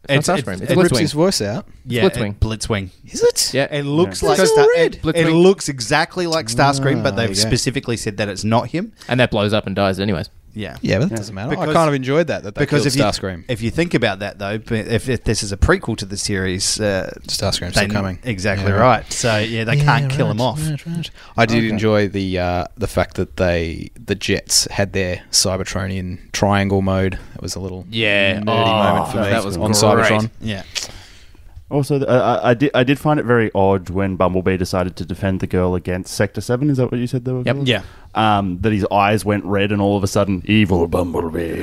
D: It's not Starscream. It's
A: it rips
D: Blitzwing.
A: his voice out.
F: yeah,
D: Blitzwing.
F: It, Blitzwing.
A: Is it?
D: Yeah.
F: It looks like
A: It's all
F: Star-
A: red. Ah,
F: it, it
D: Blitzwing.
F: looks exactly like Starscream, but they've
A: yeah.
F: specifically said that it's not him.
D: and that blows up and dies anyways.
F: Yeah,
A: Yeah, but that doesn't matter. I
F: Because-
A: kind of enjoyed that. That they
F: Because
A: killed
F: if you
A: Starscream,
F: if you think about that though, b- if, if this is a prequel to the series, uh,
A: Starscream's
F: they-
A: still coming.
F: Exactly
A: Yeah.
F: right. So yeah, they
A: Yeah,
F: can't kill
A: right,
F: him off.
A: right, right. I did enjoy the uh, the fact that they the Jets had their Cybertronian triangle mode. That was a little
D: Yeah.
A: nerdy
D: Oh,
A: moment for me
D: that was
A: on
D: great.
A: Cybertron.
F: Yeah.
E: Also, th- I, I- I did I did find it very odd when Bumblebee decided to defend the girl against Sector Seven. Is that what you said they were?
D: Yep.
E: called?
F: Yeah.
E: Um, that his eyes went red and all of a sudden evil Bumblebee.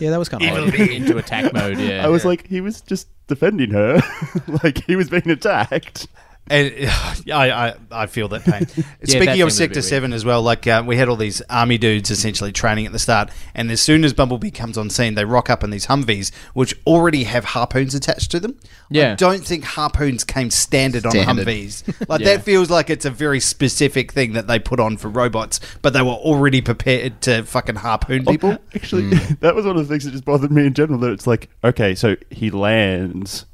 A: Yeah, that was kind of odd.
D: into attack mode. Yeah.
E: I was like, he was just defending her, like he was being attacked.
F: And, I, I I feel that pain. Speaking
D: that
F: of
D: seemed a bit
F: Sector
D: weird.
F: Seven as well, like uh, we had all these army dudes essentially training at the start, and as soon as Bumblebee comes on scene, they rock up in these Humvees, which already have harpoons attached to them.
D: Yeah.
F: I don't think harpoons came standard on
A: Standard.
F: Humvees. Like that feels like it's a very specific thing that they put on for robots, but they were already prepared to fucking harpoon people.
E: Oh, Actually, that was one of the things that just bothered me in general. That it's like, okay, so he lands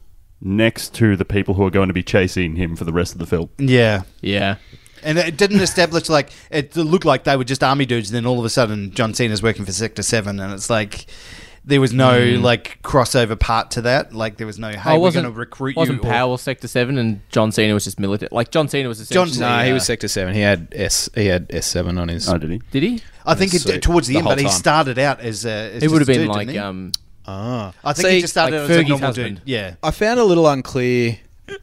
E: next to the people who are going to be chasing him for the rest of the film.
F: Yeah.
D: yeah.
F: And it didn't establish like it looked like they were just army dudes. And then all of a sudden, John Cena's working for Sector Seven, and it's like there was no like crossover part to that. Like there was no hey, we're
D: I Mm. Oh, wasn't
F: going to recruit
D: wasn't
F: you. or-
D: Power Sector Seven and John Cena was just military. Like John Cena was
F: John
D: essentially.
A: No,
F: Cena.
A: he was Sector Seven. He had S. He had S Seven on his.
E: Oh, did he?
D: Did he?
F: I think
A: his
F: it,
A: suit
F: towards the,
A: the
F: end,
A: whole
F: but he
A: time.
F: started out as a. As
D: It
F: just
D: would have
F: a
D: been
F: dude, didn't
D: like
F: he?
D: um,
A: Ah.
F: I think
A: See,
F: he just started
D: like
F: out as a
D: Fergie's
F: normal
D: husband.
F: dude. Yeah.
A: I found a little unclear.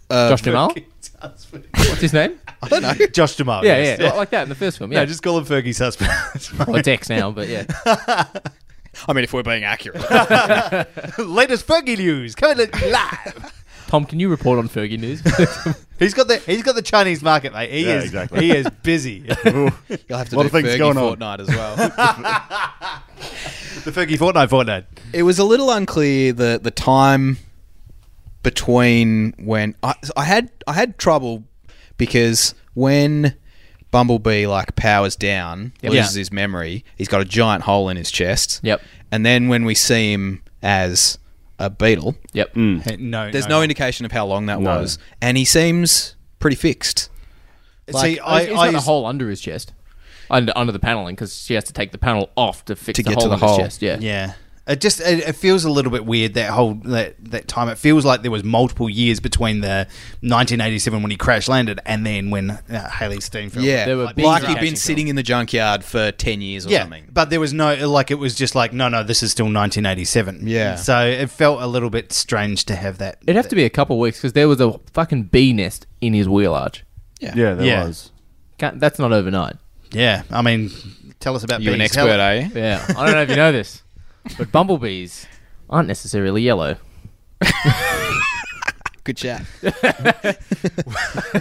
A: Uh,
D: Josh Duhamel. What's his name?
A: I don't know.
F: Josh Duhamel.
D: Yeah, yeah,
F: yes.
D: like- like that in the first film. Yeah,
F: No, just call him Fergie's husband. It's fine.
D: well, it's X now, but yeah.
A: I mean, if we're being accurate,
F: Latest Fergie news coming live.
D: Tom, can you report on Fergie news?
F: He's got the he's got the Chinese market, mate. He
E: Yeah,
F: is
E: exactly.
F: he is busy.
A: you'll have to do
E: Lot of things
A: Fergie
E: going on.
A: Fortnite as well.
F: the Fergie Fortnite Fortnite.
A: it was a little unclear the the time between when I, I had I had trouble because when Bumblebee like powers down, loses his memory. He's got a giant hole in his chest.
D: Yep.
A: And then when we see him as a beetle,
D: Yep.
F: Hey, No,
A: there's no indication of how long that was, and he seems pretty fixed.
F: See,
D: I,
F: I,
D: he's
F: I
D: got a hole under his chest, under, under the paneling, because she has to take the panel off to fix
A: To
D: the
A: get
D: hole
A: to the
D: in his
A: hole.
D: chest. Yeah.
F: Yeah. It just it, it feels a little bit weird that whole that, that time. It feels like there was multiple years between the 1987 when he crash landed and then when uh, Haley Steinfeld.
A: Yeah,
D: There were
A: like,
D: bees
A: like
D: in
A: he'd
D: the
A: been
D: catching
A: sitting in the junkyard for ten years or
F: Yeah,
A: something.
F: but there was no like it was just like no no this is still 1987.
A: Yeah.
F: so it felt a little bit strange to have that.
D: It'd have to be a couple of weeks because there was a fucking bee nest in his wheel arch.
E: Yeah, there
F: Yeah.
E: was.
D: Can't, that's not overnight.
F: Yeah, I mean, tell us about
A: You're an
F: bees.
A: expert, eh?
F: Hell-
A: are you?
D: Yeah. I don't know if you know this, but bumblebees aren't necessarily yellow.
A: Good chat.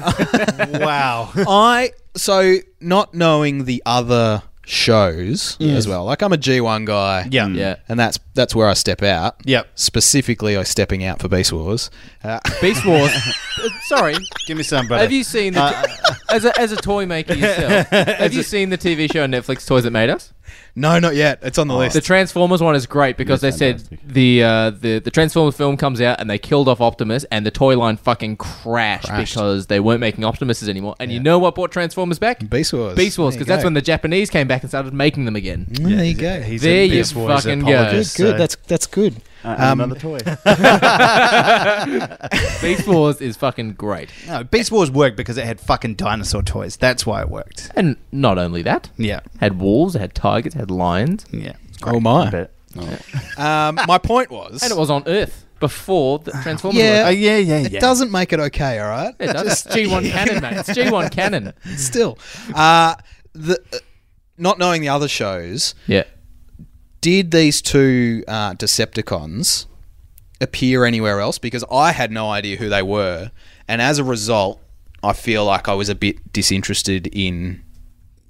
F: Wow.
A: I so not knowing the other shows as well. Like I'm a G1 guy.
F: yeah.
D: Yeah.
A: And that's that's where I step out.
F: Yep.
A: Specifically, I stepping out for Beast Wars. Uh,
D: Beast Wars. Uh, sorry.
F: Give me some, brother.
D: Have you seen the as a as a toy maker yourself? Have you seen the TV show on Netflix, Toys That Made Us?
A: no, not yet. It's on the list.
D: The Transformers one is great because they said the uh, the the Transformers film comes out and they killed off Optimus and the toy line fucking crashed, because they weren't making Optimuses anymore. And you know what brought Transformers back?
A: Beast Wars.
D: Beast Wars,
A: There you
D: because that's
A: go.
D: when the Japanese came back and started making them again.
A: Mm, there you go.
F: He's
D: There
F: a
D: you
F: Beast Wars
D: fucking go.
F: apologist,
A: good.
F: so-
A: That's that's good.
E: And another toy.
D: Beast Wars is fucking great.
F: no, Beast Wars worked because it had fucking dinosaur toys. That's why it worked.
D: And not only that,
F: Yeah.
D: had wolves, had tigers, had lions,
F: Yeah.
A: Oh my.
E: Bet. Oh.
A: Um, my point was.
D: and it was on Earth before the Transformers.
A: Yeah.
F: Oh, yeah, yeah, yeah.
A: It doesn't make it okay, all right?
D: It does. G1 canon, mate. It's G1 canon.
A: Still. Uh, the, uh, not knowing the other shows,
D: Yeah.
A: did these two uh, Decepticons appear anywhere else? Because I had no idea who they were. And as a result, I feel like I was a bit disinterested in.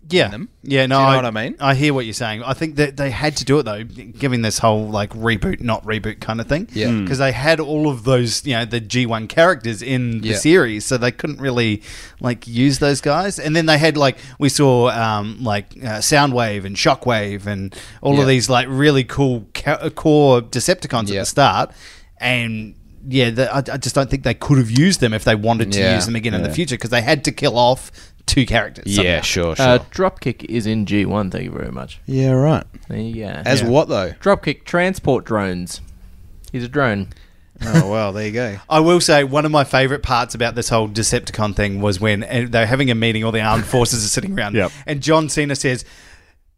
F: yeah.
A: them.
F: Yeah, no,
A: Do you know what I mean?
F: I hear what you're saying. I think that they had to do it though, given this whole like reboot, not reboot kind of thing.
A: Yeah. Mm.
F: because they had all of those, you know, the G1 characters in the
A: Yeah.
F: series, so they couldn't really like use those guys. And then they had like we saw um, like uh, Soundwave and Shockwave and all
A: Yeah.
F: of these like really cool ca- uh, core Decepticons at
A: Yeah.
F: the start, and. Yeah, the, I, I just don't think they could have used them if they wanted to
A: Yeah.
F: use them again in the future because they had to kill off two characters. somehow.
A: sure,
D: Uh, Dropkick is in G1. Thank you very much.
A: yeah, right.
D: There you go.
A: As what, though?
D: Dropkick transport drones. He's a drone.
A: oh, well, there you go.
F: I will say one of my favorite parts about this whole Decepticon thing was when uh, they're having a meeting, all the armed forces are sitting around,
E: Yep.
F: and John Cena says,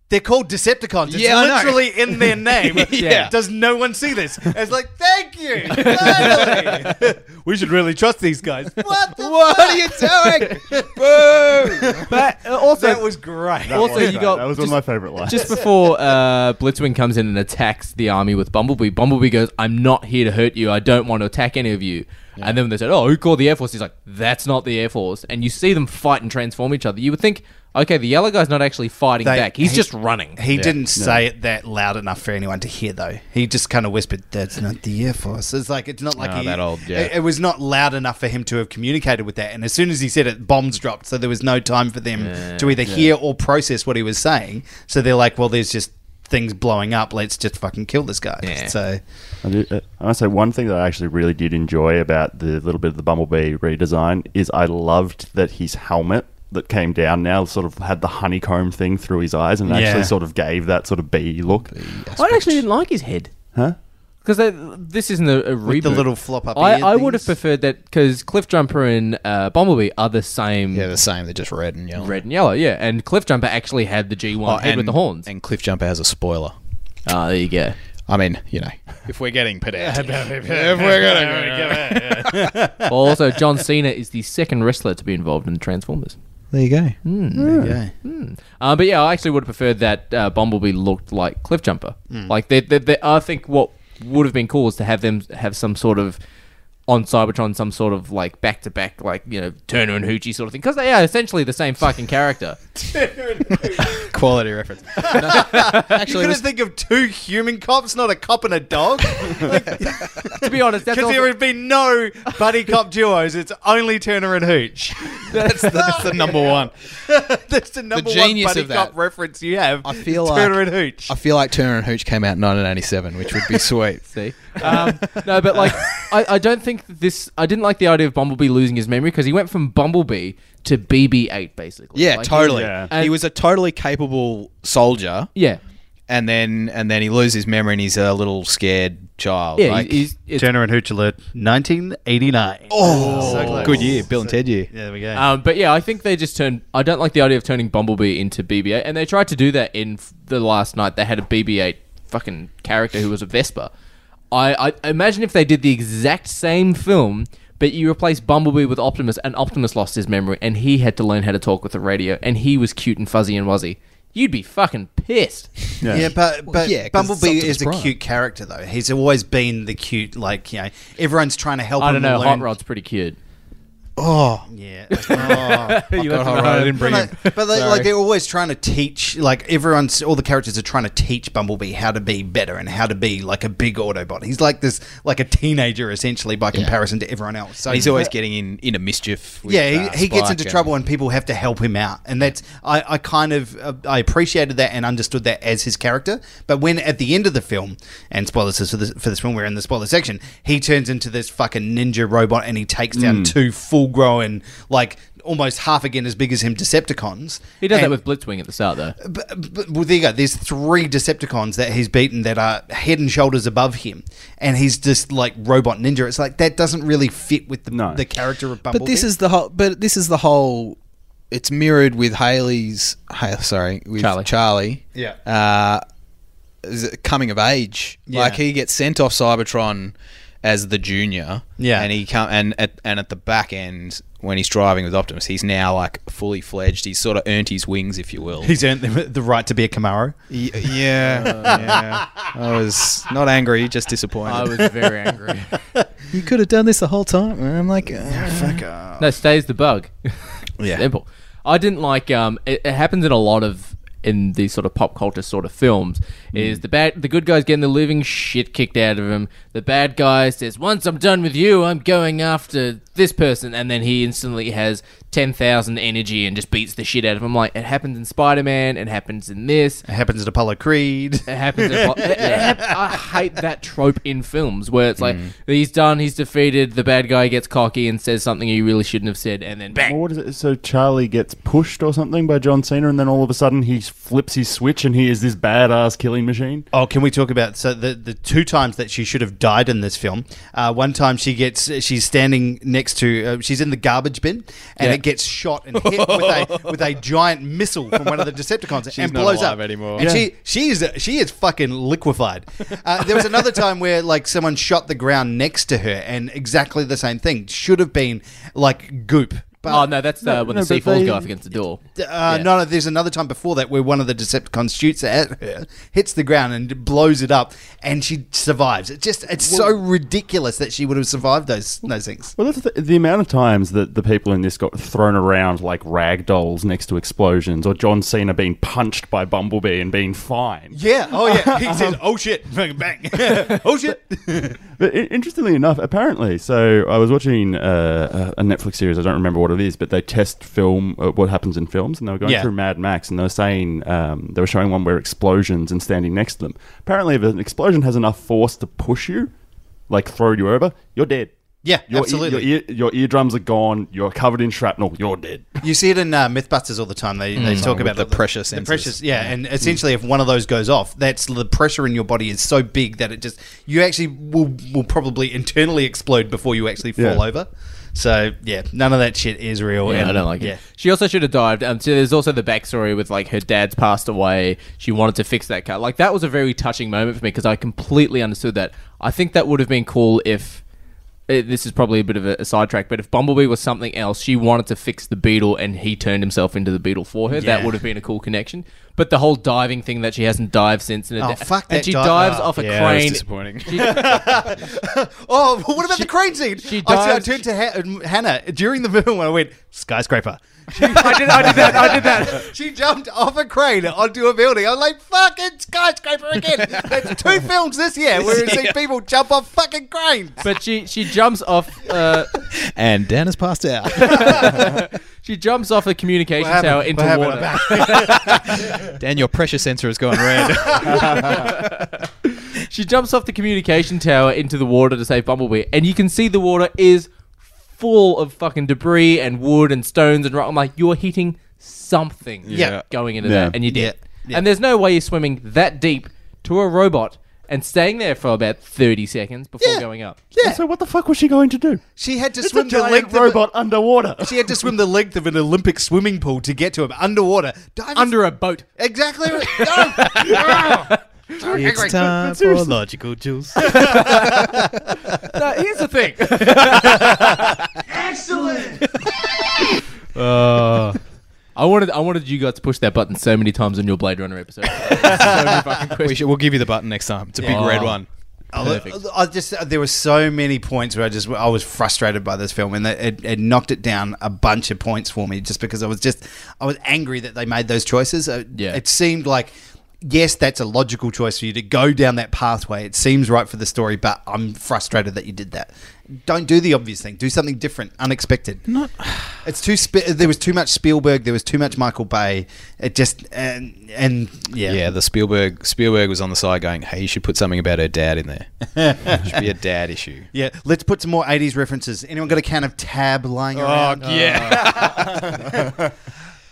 F: "They're called Decepticons. It's
A: Yeah, I know."
F: literally in their name.
A: Yeah.
F: Does no one see this? And it's like, thank you. finally." we should really trust these guys. What? The
A: What are you doing? Boo!
D: But uh, also,
F: That was great.
D: also
E: That was
D: you
E: great.
D: got
E: that was
D: just,
E: one of my favorite lines.
D: just before uh, Blitzwing comes in and attacks the army with Bumblebee. Bumblebee goes, "I'm not here to hurt you. I don't want to attack any of you." And then when they said, "Oh, who called the Air Force?" He's like, "That's not the Air Force." And you see them fight and transform each other. You would think, okay, the yellow guy's not actually fighting
F: They-
D: back. He's
F: he-
D: just running.
F: He didn't say it that loud enough for anyone to hear, though. He just kind of whispered, "That's not the Air Force." It's like it's not like
A: Ah,
F: he,
A: that old, yeah.
F: It, it was not loud enough for him to have communicated with that. And as soon as he said it, bombs dropped, so there was no time for them to either hear or process what he was saying. So they're like, "Well, there's just things blowing up. Let's just fucking kill this guy."
D: Yeah.
F: So
E: I, do, uh, I must say, one thing that I actually really did enjoy about the little bit of the Bumblebee redesign is I loved that his helmet that came down now sort of had the honeycomb thing through his eyes and
F: Yeah.
E: actually sort of gave that sort of bee look.
D: I actually didn't like his head.
E: Huh?
D: Because this isn't a, a reboot.
F: the little flop up.
D: I,
F: ear
D: I would have
F: things.
D: preferred that because Cliffjumper and uh, Bumblebee are the same
A: Yeah, the same. They're just red and yellow.
D: red and yellow, yeah. And Cliffjumper actually had the G1
A: Oh,
D: head with the horns.
A: And Cliffjumper has a spoiler.
D: Ah, there you go.
A: I mean, you know, if we're getting pedantic, if we're gonna,
D: also, John Cena is the second wrestler to be involved in the Transformers.
A: there you go.
F: Yeah.
D: Uh, but yeah, I actually would have preferred that uh, Bumblebee looked like
A: Hmm.
D: Cliffjumper. Like, they, they, they, I think what would have been cool is to have them have some sort of on Cybertron some sort of like back to back like you know Turner and Hoochie sort of thing because they are essentially the same fucking character.
A: Quality reference.
F: you couldn't think of two human cops, not a cop and a dog?
D: to be honest, that's
F: Because
D: all.
F: there would be no buddy cop duos. It's only Turner and Hooch.
A: That's, that's the number one.
F: That's the number one
A: genius
F: buddy
A: of that-
F: cop reference you have.
A: I feel like-
F: Turner and Hooch.
A: I feel like Turner and Hooch came out in 1987, which would be sweet.
D: See, um, no, but like, I, I don't think that this. I didn't like the idea of Bumblebee losing his memory because he went from Bumblebee to BB-8 basically.
A: Yeah,
D: Like, he-
A: totally.
E: Yeah.
A: He was a totally capable soldier,
D: Yeah,
A: and then and then he loses his memory and he's a little scared child.
D: yeah.
A: Like-
D: he's, he's, it's,
F: Turner and Hooch alert 1989.
A: oh,
F: So close.
A: good year, Bill and Ted year.
F: Yeah, there we go.
D: um, but yeah, I think they just turned. I don't like the idea of turning Bumblebee into BB-8, and they tried to do that in f- the last night. They had a BB-8 fucking character who was a Vespa. I, I imagine if they did the exact same film, but you replace Bumblebee with Optimus, and Optimus lost his memory, and he had to learn how to talk with the radio, and he was cute and fuzzy and wuzzy. You'd be fucking pissed.
E: Yeah.
F: but but
A: yeah, 'cause it's
F: Bumblebee
A: Optimus
F: is a
A: Prime.
F: cute character though. He's always been the cute, like you know, everyone's trying to help.
D: I
F: him
D: don't know.
F: learn.
D: Hot Rod's pretty cute.
F: Yeah. Oh.
A: I didn't bring
F: No, no, but like, like they're always trying to teach, like everyone's, all the characters are trying to teach Bumblebee how to be better and how to be like a big Autobot. He's like this, like a teenager essentially by comparison to everyone else. So
A: He's always getting in into mischief. With,
F: yeah,
A: uh,
F: he, he gets
A: Spike
F: into
A: and-
F: trouble and people have to help him out, and that's I, I kind of uh, I appreciated that and understood that as his character. But when at the end of the film, and spoilers is for this for this film, we're in the spoiler section. He turns into this fucking ninja robot and he takes
A: Hmm.
F: down two full grown like. Almost half again as big as him Decepticons.
D: He does
F: And-
D: that with Blitzwing at the start, though.
F: but, but, well, there you go. There's three Decepticons that he's beaten that are head and shoulders above him, and he's just like robot ninja. It's like that doesn't really fit with the,
E: No.
F: the character of Bumblebee.
A: But this is the whole. But this is the whole. It's mirrored with Haley's. Hey, sorry, with
D: Charlie.
A: Charlie.
F: Yeah.
A: Uh, is it coming of age.
F: Yeah.
A: Like he gets sent off Cybertron as the junior.
F: Yeah.
A: And he come and at and at the back end when he's driving with Optimus, he's now like fully fledged. He's sort of earned his wings, if you will.
F: he's earned the, the right to be a Camaro.
A: Y- yeah. yeah. I was not angry, just disappointed.
D: I was very angry.
A: you could have done this the whole time. And I'm like, uh,
D: no, stays the bug.
A: Yeah.
D: Simple. I didn't like. Um, it, it happens in a lot of in these sort of pop culture sort of films. Is the bad the good guys getting the living shit kicked out of him? The bad guy says, "Once I'm done with you, I'm going after this person," and then he instantly has ten thousand energy and just beats the shit out of him. Like it happens in Spider Man. It happens in this.
F: It happens at Apollo Creed.
D: It happens. in- it- it hap- I hate that trope in films where it's like he's done, he's defeated, the bad guy gets cocky and says something he really shouldn't have said, and then bang.
E: Well, what is it? So Charlie gets pushed or something by John Cena, and then all of a sudden he flips his switch, and he is this badass killing machine.
F: Oh, can we talk about so the the two times that she should have died in this film? Uh, one time she gets she's standing next to uh, she's in the garbage bin and
D: Yeah.
F: it gets shot and hit with a with a giant missile from one of the Decepticons and
A: not
F: blows
A: alive
F: up
A: anymore.
F: And she she is she is fucking liquefied. Uh, there was another time where like someone shot the ground next to her and exactly the same thing should have been like goop. But
D: Oh no, that's uh, when
E: no,
D: the C
E: but
D: falls
E: they-
D: go off against the door.
F: Uh,
D: Yeah.
F: No, no, there's another time before that where one of the Decepticons shoots at her, hits the ground, and blows it up, and she survives. It's just, it's so ridiculous that she would have survived those those things.
E: Well, that's the, the amount of times that the people in this got thrown around like rag dolls next to explosions, or John Cena being punched by Bumblebee and being fine.
F: Yeah, oh yeah. He says, oh shit, bang, bang. oh shit.
E: But i- interestingly enough, apparently, so I was watching uh, a a Netflix series. I don't remember what it is, but they test film uh, what happens in films, and they were going
F: Yeah.
E: through Mad Max, and they were saying um, they were showing one where explosions and standing next to them. Apparently, if an explosion has enough force to push you, like throw you over, you're dead.
F: Yeah,
E: Your ear-
F: absolutely.
E: your, ear, your eardrums are gone. You're covered in shrapnel. You're dead.
F: You see it in uh, MythBusters all the time. They, they talk about
A: the
F: it.
A: pressure
F: The
A: sensors.
F: pressures, yeah, and essentially, if one of those goes off, that's the pressure in your body is so big that it just you actually will will probably internally explode before you actually fall
E: Yeah.
F: over. So yeah, none of that shit is real.
D: Yeah,
F: and-
D: I don't like
F: yeah.
D: it. She also should have dived. Um, so there's also the backstory with like her dad's passed away. She wanted to fix that car. Like that was a very touching moment for me because I completely understood that. I think that would have been cool if. eh, This is probably a bit of a, a sidetrack, but if Bumblebee was something else, she wanted to fix the Beetle and he turned himself into the Beetle for her.
F: Yeah.
D: That would have been a cool connection. but the whole diving thing that she hasn't dived since. And
F: Oh, fuck
D: And
F: that
D: she
F: di-
D: dives
F: oh,
D: off a
A: yeah, that was
D: crane.
A: disappointing.
F: Oh, what about the crane scene?
D: she
F: I, said- I
D: dives-
F: turned to ha- Hannah during the film and I went, skyscraper.
D: I, did, I did that. I did that.
F: She jumped off a crane onto a building. I'm like, fucking skyscraper again. That's two films this year where we've seen people jump off fucking cranes.
D: But she she jumps off. Uh,
A: and Dan has passed out.
D: she jumps off a communication
F: happened?
D: tower
F: What
D: into
F: happened?
D: water.
A: Dan, your pressure sensor has gone red.
D: She jumps off the communication tower into the water to save Bumblebee, and you can see the water is full of fucking debris and wood and stones and rock. I'm like, you're hitting something
A: Yeah.
D: going into
E: Yeah.
D: that, and you did.
F: Yeah.
D: And there's no way you're swimming that deep to a robot and staying there for about 30 seconds before
F: Yeah.
D: going up.
F: Yeah.
E: So what the fuck was she going to do?
F: She had to
E: It's a
F: swim the
E: giant
F: length of
E: robot underwater.
F: She had to swim the length of an Olympic swimming pool to get to him underwater. Dive
D: Under a boat.
F: Exactly. Right. Ah! No.
A: it's time for logical juice.
D: No, here's the thing.
B: Excellent!
D: I wanted I wanted you guys to push that button so many times on your Blade Runner episode. so many fucking
A: we
D: questions.
A: should, we'll give you the button next time. It's a big
D: Yeah.
A: red
D: Oh.
A: one.
D: Perfect.
F: I just there were so many points where I just I was frustrated by this film and it, it, it knocked it down a bunch of points for me just because I was just I was angry that they made those choices. Uh,
D: Yeah.
F: it seemed like yes, that's a logical choice for you to go down that pathway. It seems right for the story, but I'm frustrated that you did that. Don't do the obvious thing. Do something different, unexpected. Not. It's too. Sp- there was too much Spielberg. There was too much Michael Bay. It just and and yeah.
A: Yeah. the Spielberg Spielberg was on the side going, "Hey, you should put something about her dad in there. it should be a dad issue."
F: Yeah, let's put some more 80s references. Anyone got a can of tab lying around?
A: yeah,
F: I,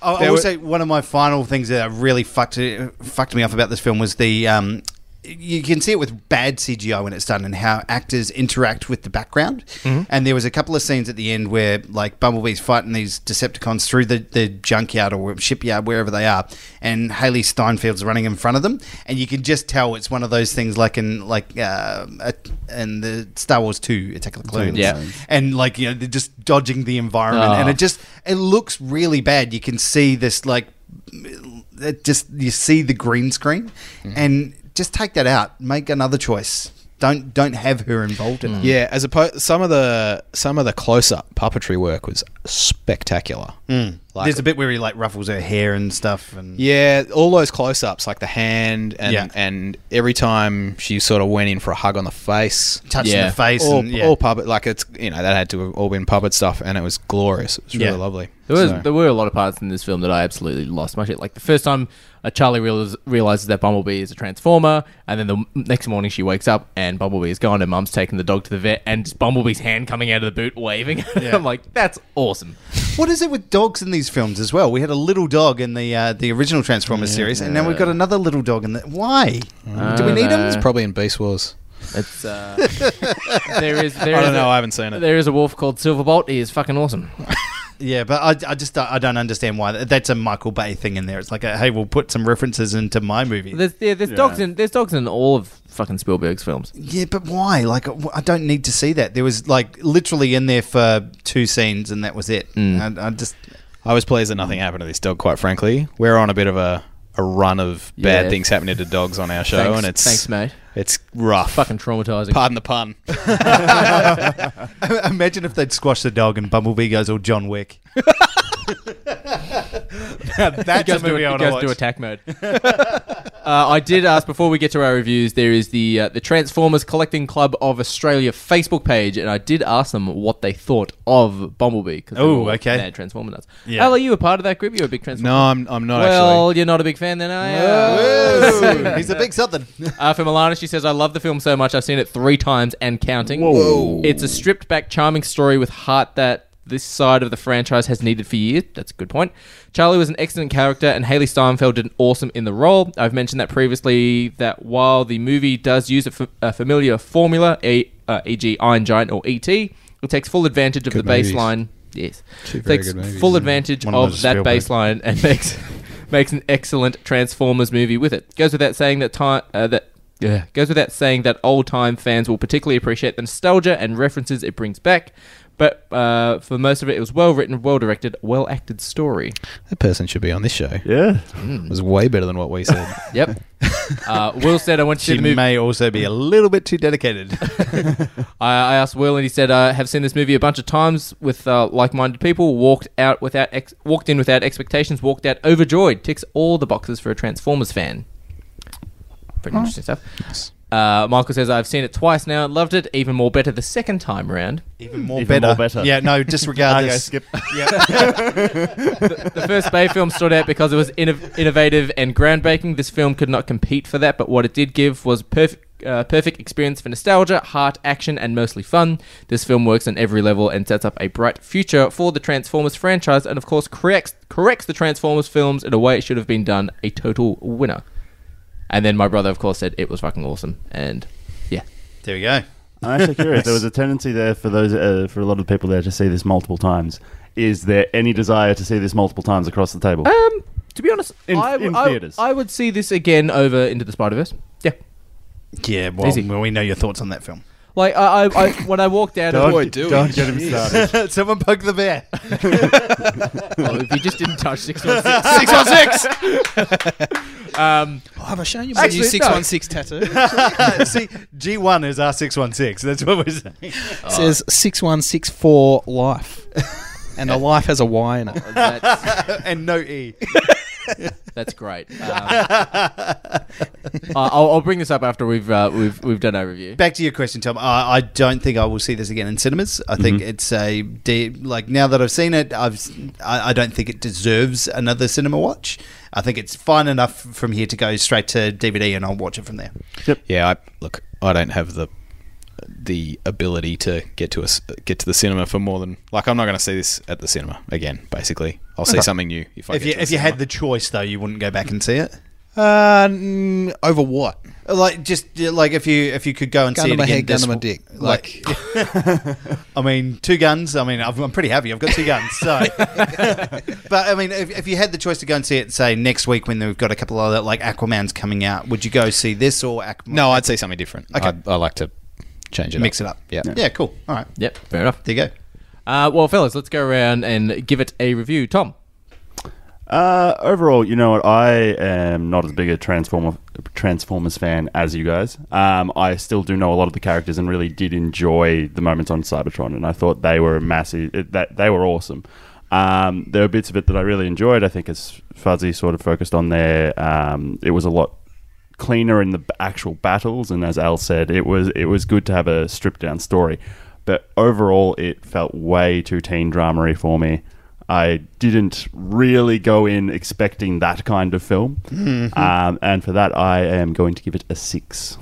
F: I
A: There
F: will
A: were-
F: say one of my final things that really fucked it, fucked me off about this film was the. Um, you can see it with bad CGI when it's done, and how actors interact with the background. And there was a couple of scenes at the end where, like, Bumblebee's fighting these Decepticons through the, the junkyard or shipyard, wherever they are, and Haley Steinfeld's running in front of them, and you can just tell it's one of those things, like in like uh, at- in the Star Wars Two Attack of the Clones,
D: Yeah.
F: and like you know they're just dodging the environment, and
D: Ah.
F: it just it looks really bad. You can see this like it just you see the green screen, and just take that out. Make another choice. Don't don't have her involved in it.
A: yeah. As opposed, some of the some of the close up puppetry work was spectacular. Like,
F: There's a bit where he like ruffles her hair and stuff, and
A: Yeah, all those close ups, like the hand, and
F: Yeah.
A: and every time she sort of went in for a hug on the face,
F: touching
D: Yeah.
F: the face,
A: all,
F: and yeah.
A: all puppet, like it's you know that had to have all been puppet stuff, and it was glorious. It was really
F: Yeah.
A: lovely.
D: There was
A: So-
D: there were a lot of parts in this film that I absolutely lost my shit. Like the first time uh, Charlie realizes, realizes that Bumblebee is a transformer, and then the m- next morning she wakes up and Bumblebee is gone. Her mum's taking the dog to the vet, and just Bumblebee's hand coming out of the boot waving. I'm like, that's awesome.
F: What is it with dogs in these films as well? We had a little dog in the uh, the original Transformers series, and now we've got another little dog in the. Why do we need
A: It's
F: them?
A: probably in Beast Wars.
D: It's uh, there is there
A: I
D: is
A: don't know.
D: a-
A: I haven't seen it.
D: there is a wolf called Silverbolt. He is fucking awesome.
F: Yeah, but I, I just I don't understand why that's a Michael Bay thing in there. It's like, a, hey, we'll put some references into my movie.
D: There's yeah, there's dogs in there's dogs in all of fucking Spielberg's films.
F: yeah, but why? Like, w- I don't need to see that. There was like literally in there for two scenes, and that was it. And I, I just
A: Mm. I was pleased that nothing happened to this dog. Quite frankly, we're on a bit of a, a run of bad
D: Yeah.
A: things happening to dogs on our show,
D: Thanks,
A: and it's
D: thanks, mate.
A: It's rough.
D: Fucking traumatizing.
A: Pardon the pun.
F: imagine if they'd squash the dog and Bumblebee goes all John Wick. that's a
D: goes
F: movie
D: to,
F: I
D: it
F: want to
D: goes to
F: watch.
D: attack mode. uh, I did ask before we get to our reviews. There is the uh, the Transformers Collecting Club of Australia Facebook page, and I did ask them what they thought of Bumblebee. 'cause they
F: Ooh,
D: were
F: okay.
D: mad Transformer nuts.
F: Yeah.
D: Al, are you a part of that group? You're a big Transformer.
A: No, I'm, I'm not
D: Well, you're not a big fan then, are you?
F: Whoa, He's a big Southern.
D: Uh, for Milana, she says, I love the film so much, I've seen it three times and counting. Whoa. It's a stripped back, charming story with heart that this side of the franchise has needed for years. That's a good point. Charlie was an excellent character, and Haley Steinfeld did an awesome in the role. I've mentioned that previously that while the movie does use a fa- a familiar formula, e- uh, e.g., Iron Giant or E.T., it takes full advantage of the
A: movies.
D: baseline. Yes.
A: Two very
D: takes
A: good movies,
D: full
A: yeah.
D: advantage
F: One of
D: of
F: those
D: that
F: Spielberg.
D: baseline and makes makes an excellent Transformers movie with it. Goes without saying that time uh, that Yeah. Goes without saying that old time fans will particularly appreciate the nostalgia and references it brings back. But uh, for most of it, it was well written, well directed, well acted story.
A: That person should be on this show.
E: Yeah.
A: It was way better than what we said.
D: Yep. uh, Will said, "I want
F: She
D: you to see the movie."
F: may also be a little bit too dedicated.
D: I, I asked Will, and he said, "I have seen this movie a bunch of times with uh, like-minded people. Walked out without, ex- walked in without expectations. Walked out overjoyed. Ticks all the boxes for a Transformers fan. Pretty interesting stuff." Uh, Michael says, "I've seen it twice now. and Loved it. Even more better the second time round.
F: Even more
E: Even
F: better.
E: more better.
F: Yeah, no, disregard
E: Okay,
F: this.
E: skip.
D: The first Bay film stood out because it was inno- innovative and groundbreaking. This film could not compete for that, but what it did give was perfect. Uh, perfect experience for nostalgia, heart, action, and mostly fun. This film works on every level and sets up a bright future for the Transformers franchise, and of course corrects corrects the Transformers films in a way it should have been done. A total winner. And then my brother, of course, said it was fucking awesome, and yeah,
F: There we go.
E: I'm actually curious. There was a tendency there for those uh, for a lot of people there to see this multiple times. Is there any desire to see this multiple times across the table?
D: Um, to be honest,
E: In-
D: I,
E: in
D: I-
E: theatres.
D: I would see this again over into the Spider Verse. Yeah,
F: Yeah, well,
D: Easy.
F: well, we know your thoughts on that film.
D: like I, I, I when I walked out of
A: do
E: Don't get him started.
F: Someone poke the bear.
D: Oh, if you just didn't touch 616.
F: six on six.
A: Oh, have I shown you
D: my
A: my
D: Actually,
A: new
D: new no.
A: 616 tattoo?
F: See, G one is our six one six. That's what we're saying.
A: It says 6164 life. And the life has a Y in it.
D: That's,
F: and no E.
D: that's great. Um, I- I'll, I'll bring this up after we've uh, we've we've done our review.
F: Back to your question, Tom. I, I don't think I will see this again in cinemas. I think it's a de- like now that I've seen it, I've s- I, I don't think it deserves another cinema watch. I think it's fine enough from here to go straight to DVD, and I'll watch it from there.
A: Yeah, I, look, I don't have the the ability to get to a s get to the cinema for more than like I'm not going to see this at the cinema again. Basically, I'll see something new if I
F: if
A: get
F: you
A: to the
F: if you had
A: cinema.
F: the choice, though, you wouldn't go back and see it.
A: uh, mm, over what
F: Like just uh, like if you if you could go and
A: gun
F: see
A: to
F: it
A: my
F: again,
A: head, gun
F: this
A: to my
F: w-
A: dick, like,
F: I mean, two guns. I mean, I've- I'm pretty happy. I've got two guns. So, but I mean, if, if you had the choice to go and see it, say next week when we've got a couple other like Aquaman's coming out, would you go see this or Aquaman?
A: no, I'd see something different.
F: Okay.
A: I, I like to change it,
F: mix it up.
A: Yeah,
F: yeah, cool. All right,
D: Yep, fair enough.
F: there you go.
D: Uh, well, fellas, let's go around and give it a review. Tom,
E: Uh, overall, you know what? I am not as big a Transformer Transformers fan as you guys. Um, I still do know a lot of the characters and really did enjoy the moments on Cybertron, and I thought they were massive. It, that they were awesome. Um, there were bits of it that I really enjoyed. I think as Fuzzy sort of focused on there, um, it was a lot cleaner in the b- actual battles, and as Al said, it was it was good to have a stripped down story. But overall, it felt way too teen dramery for me. I didn't really go in expecting that kind of film,
F: Mm-hmm.
E: um, and for that, I am going to give it a six.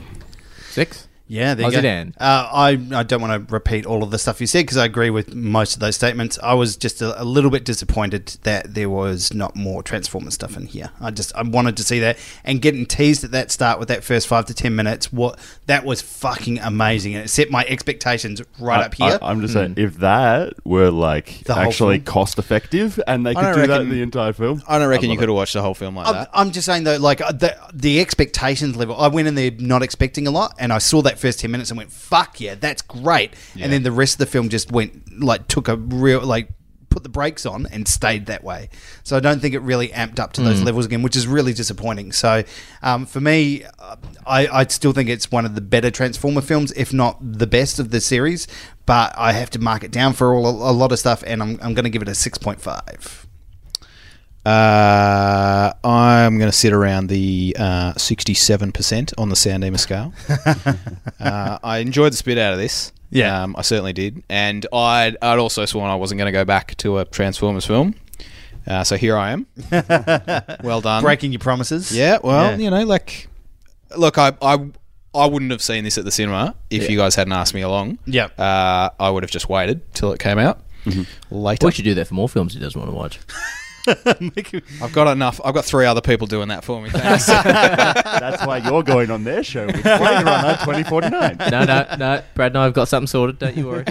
D: six.
F: Yeah, there
D: Aussie
F: you go.
D: Dan.
F: Uh, I I don't want to repeat all of the stuff you said because I agree with most of those statements. I was just a, a little bit disappointed that there was not more Transformers stuff in here. I just I wanted to see that and getting teased at that start with that first five to ten minutes. What that was fucking amazing and it set my expectations right up here. Hmm.
E: I, am just saying, if that were like
F: The whole
E: actually
F: film.
E: cost effective, and they could do
A: don't
E: that in
A: reckon-
E: the entire film,
A: I don't reckon you
E: I'd love
A: could
E: it.
A: have watched the whole film like
F: I'm,
A: that.
F: I'm just saying though, like uh, the the expectations level. I went in there not expecting a lot, and I saw that first ten minutes and went, "Fuck yeah, that's great!" And then the rest of the film just went like took a real like put the brakes on and stayed that way. So I don't think it really amped up to those levels again, which is really disappointing. So um, for me, uh, I, I still think it's one of the better Transformer films, if not the best of the series. But I have to mark it down for all, a lot of stuff, and I'm, I'm going to give it a six point five.
A: Uh, I'm going to sit around the uh, 67% on the Soundema scale. uh, I enjoyed the spit out of this.
F: Yeah.
A: Um, I certainly did. And I'd, I'd also sworn I wasn't going to go back to a Transformers film. Uh, so here I am. well done.
F: Breaking your promises.
A: Yeah, well,
F: Yeah.
A: you know, like, look, I, I, I wouldn't have seen this at the cinema if you guys hadn't asked me along.
F: Yeah.
A: Uh, I would have just waited till it came out
F: Mm-hmm.
A: later.
D: We should do that for more films he doesn't want to watch.
A: I've got enough. I've got three other people doing that for me. Thanks.
E: That's why you're going on their show with Playrunner 2049.
D: No, no, no. Brad and I have got something sorted. Don't you worry.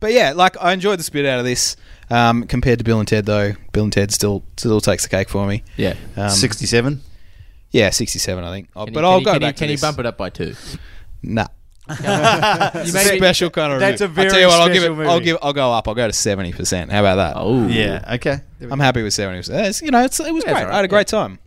A: But yeah, like I enjoyed the spit out of this. Um,
F: Um,
A: compared to Bill and Ted, though, Bill and Ted still still takes the cake for me.
D: Yeah.
A: Um,
F: 67.
A: Yeah, 67, I think. Oh,
D: Can
A: but
D: you-
A: I'll
D: can you-
A: go
D: can you-
A: back to
D: Can
A: this.
D: you bump it up by two?
A: Nah.
D: You
A: It's a
D: made me-
A: special kind of
F: That's
A: review.
F: a
A: I'll tell you
F: very
A: what, I'll give it.
F: special movie.
A: I'll give. I'll go up. I'll go to seventy percent. How about that?
D: Oh
F: Yeah. Okay. There we
A: I'm
F: go.
A: happy with seventy percent. It's, you know, it's, it was great. I had a great time.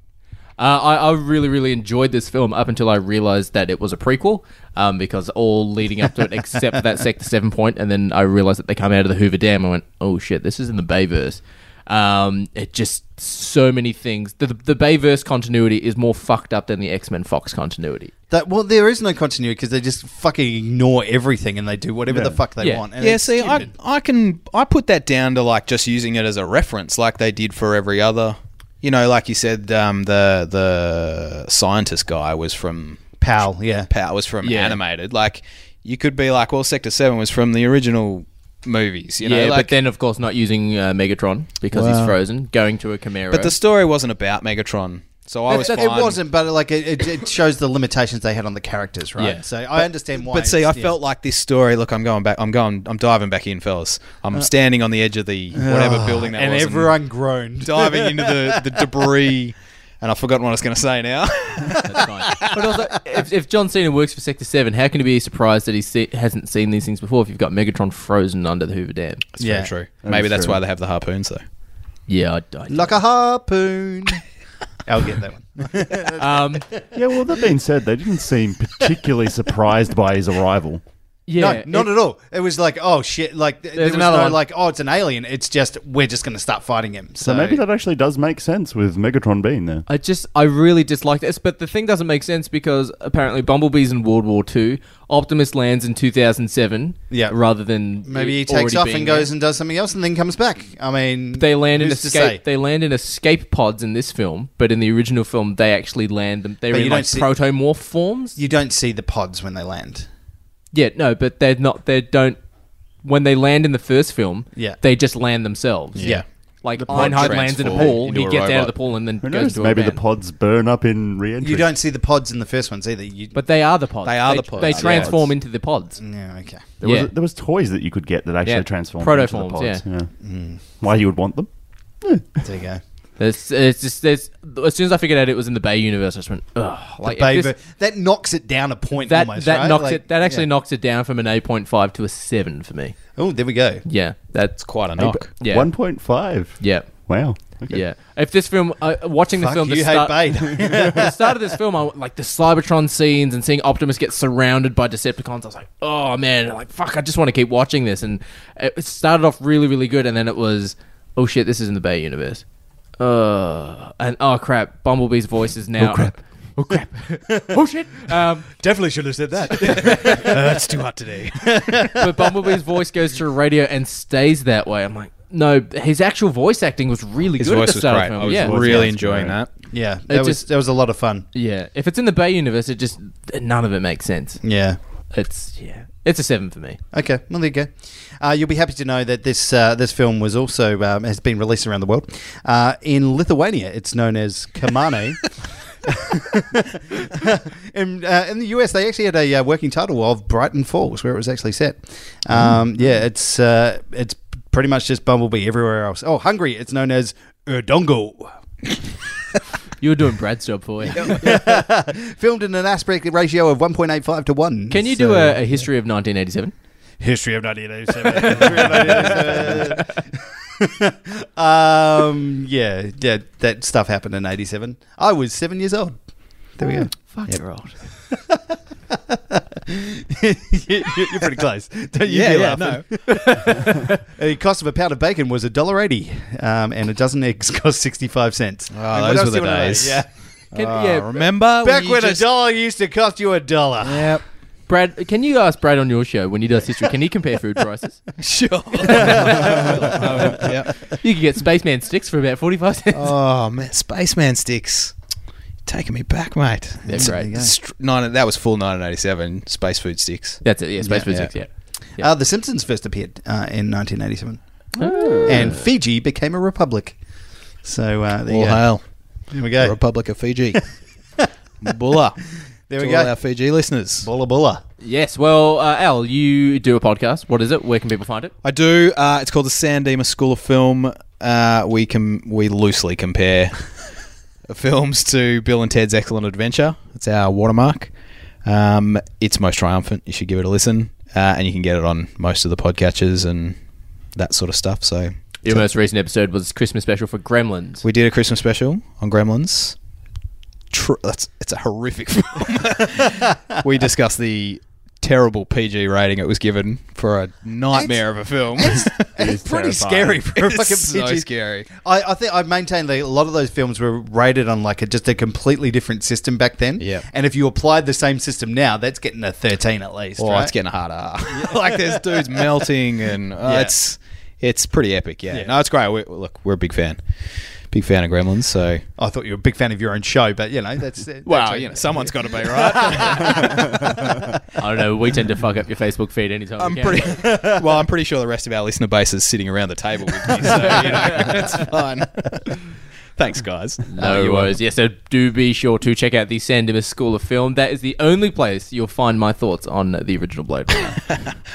D: Uh, I, I really, really enjoyed this film up until I realized that it was a prequel, um, because all leading up to it, except for that Sector 7 point, and then I realized that they come out of the Hoover Dam. I went, oh shit, this is in the Bayverse. Um, it just, so many things. The, the Bayverse continuity is more fucked up than the X Men Fox continuity.
F: That, well, there is no continuity because they just fucking ignore everything and they do whatever the fuck they
D: Yeah.
F: want. And
A: Yeah,
F: it's
A: see, I,
F: stupid.
A: I can I put that down to like just using it as a reference, like they did for every other. You know, like you said, um, the the scientist guy was from
F: pal. Yeah.
A: Power was from
D: Yeah.
A: animated. Like you could be like, well, Sector Seven was from the original movies. You know,
D: yeah,
A: like,
D: but then, of course, not using uh, Megatron because he's frozen, going to a Chimera.
A: but the story wasn't about Megatron, so I was
F: It
A: fine.
F: wasn't, but like it, it, it shows the limitations they had on the characters, right?
D: Yeah.
F: So I understand why.
A: But see, I
F: it's- yeah.
A: felt like this story. Look, I'm going back. I'm going. I'm diving back in, fellas. I'm
F: Uh,
A: standing on the edge of the whatever building that
F: and
A: was,
F: everyone groaned.
A: diving into the, the debris. And I've forgotten what I was going to say now.
D: That's fine. but also, if, if John Cena works for Sector 7, how can you be surprised that he se- hasn't seen these things before if you've got Megatron frozen under the Hoover Dam?
A: It's
F: Yeah.
A: very true. Maybe that's why they have the harpoons, though.
D: Yeah, I, I
F: like a harpoon. I'll get that one.
D: Um,
E: Yeah, well, that being said, they didn't seem particularly surprised by his arrival.
D: yeah,
F: no, not
D: it-
F: at all. It was like, oh shit! Like th- there was
D: another
F: no
D: one.
F: like, oh, it's an alien. It's just we're just going to start fighting him. So,
E: So maybe that actually does make sense with Megatron being there.
D: I just, I really dislike this, but the thing doesn't make sense because apparently Bumblebee's in World War Two. Optimus lands in 2007.
F: Yeah.
D: rather than
F: maybe he
D: it
F: takes
D: already
F: off
D: being
F: and goes
D: there.
F: and does something else and then comes back. I mean,
D: They land in
F: who's to say?
D: escape. They land in escape pods in this film, but in the original film, they actually land them. They're
F: But
D: in
F: you don't
D: like
F: see-
D: protomorph forms.
F: you don't see the pods when they land.
D: Yeah, no, but they're not. They don't. When they land in the first film,
F: Yeah.
D: they just land themselves.
F: Yeah.
D: Like Einhard lands in a
A: transform
D: pool,
A: into
D: he
A: a
D: gets out of
A: robot.
D: the pool and then
E: Who
D: goes
E: knows?
D: to
E: Maybe
D: a
E: the
D: van.
E: pods burn up in re-entry.
F: You don't see the pods in the first ones either. You,
D: But they are the pods.
A: They are the
D: They
A: pods, yeah.
D: transform into the pods.
F: yeah, okay.
E: There,
D: Yeah.
E: was, there was toys that you could get that actually
D: Yeah,
E: transformed
D: protoforms,
E: into the pods. Yeah.
D: Mm.
E: Why you would want them?
F: There you go.
D: There's, it's just there's. As soon as I figured out it was in the Bay universe, I just went, ugh. Like if
F: Baby,
D: this-
F: uh, that knocks it down a point.
D: that
F: almost,
D: that
F: right?
D: knocks
F: Like,
D: it. That actually
F: yeah.
D: knocks it down from an eight point five to a seven for me.
F: Oh, there we go.
D: Yeah, that's
A: Quite a knock.
D: Yeah.
E: 1.5.
D: Yeah.
E: Wow. Okay.
D: Yeah, if this film, uh, watching the
F: Fuck
D: film, the
F: you,
D: start,
F: hate Bane.
D: the start of this film, I, like the Cybertron scenes and seeing Optimus get surrounded by Decepticons, I was like, oh man, like fuck, I just want to keep watching this. And it started off really, really good, and then it was, oh shit, this is in the Bay universe. Uh, and oh crap, Bumblebee's voice is now. Oh crap. Oh crap! oh shit! Um,
F: Definitely should have said that. Uh, That's too hot today.
D: but Bumblebee's voice goes through radio and stays that way. I'm like, no, his actual voice acting was really
A: His
D: good. at
A: voice
D: the
A: was
D: start of
A: great.
D: the film.
A: I was
D: yeah.
A: really
E: Yeah.
A: enjoying that.
F: Yeah, that was
D: just-
F: that was a lot of fun.
D: Yeah, if it's in the Bay universe, it just none of it makes sense.
F: Yeah.
D: It's yeah, it's a seven for me.
F: Okay, well there you go. Uh, you'll be happy to know that this uh, this film was also um, has been released around the world. Uh, in Lithuania, it's known as Kamane. in, uh, in the US, they actually had a uh, working title of Brighton Falls, where it was actually set.
D: Mm.
F: Um, Yeah, it's uh, it's pretty much just Bumblebee everywhere else. Oh, Hungary, it's known as Erdongo.
D: You were doing Brad's job for you.
F: Filmed in an aspect ratio of 1.85 to 1.
D: Can you do
F: So-
D: a, a history of 1987?
F: History of 1987. um, yeah, yeah, that stuff happened in 87. I was seven years old. There we go.
D: Fuck, you're old.
F: You- You're pretty close. Don't you
A: Yeah,
F: be
A: yeah,
F: laughing. the cost of a pound of bacon was a dollar eighty, um, and a dozen eggs cost sixty-five cents. Oh,
A: those were the days.
F: Yeah.
D: Can,
A: Ah,
D: yeah,
A: Remember
F: Back
A: you
F: when
A: just-
F: a dollar used to cost you a dollar.
A: Yep.
D: Brad, can you ask Brad on your show when he does history? Can he compare food prices?
A: Sure. Oh, yep.
D: You could get spaceman sticks for about 45 cents.
A: Oh man, Spaceman sticks. Taking me back, mate.
D: They're
A: It's-
D: great.
A: it's str- nine- that was full 1987. Space food sticks.
D: That's it. Yeah, space
A: Yeah,
D: food
A: yeah.
D: sticks. Yeah.
F: Uh, the Simpsons first appeared uh, in 1987,
A: Oh.
F: and Fiji became a republic. So uh, there you
A: All
F: go.
A: hail
F: There we
A: the
F: go.
A: Republic of Fiji. Bulla.
F: There we
A: to all
F: go.
A: our Fiji listeners.
F: Bulla bulla.
D: Yes. Well, uh, Al, you do a podcast. What is it? Where can people find it?
A: I do. Uh, it's called the San Dimas School of Film. Uh, we can we loosely compare of films to Bill and Ted's Excellent Adventure. It's our watermark. Um, it's most triumphant. You should give it a listen, uh, and you can get it on most of the podcatchers and that sort of stuff. So
D: Your most recent episode was Christmas special for Gremlins.
A: we did a Christmas special on Gremlins. Tr- that's it's a horrific film. we discussed the terrible PG rating it was given for a nightmare of a film.
F: It's pretty scary
E: terrifying.
F: for a fucking
A: It's so
F: PG.
A: scary.
F: I, I think I maintain that a lot of those films were rated on like a, just a completely different system back then.
A: Yep.
F: And if you applied the same system now, that's getting a 13 at least.
A: Well,
F: right?
A: Oh, it's getting harder. like there's dudes melting, and uh, it's it's pretty epic. Yeah, no, it's great. We, look, we're a big fan, big fan of Gremlins. So
F: I thought you were a big fan of your own show, but you know that's that's
A: wow,
F: a-
A: you know, someone's got to be right.
D: I don't know. We tend to fuck up your Facebook feed anytime.
A: I'm
D: we can.
A: pretty well. I'm pretty sure the rest of our listener base is sitting around the table with me. So you know, it's fun. Thanks, guys.
D: No
A: um,
D: worries. Yes, so do be sure to check out the Sandemus School of Film. That is the only place you'll find my thoughts on the original Blade Runner.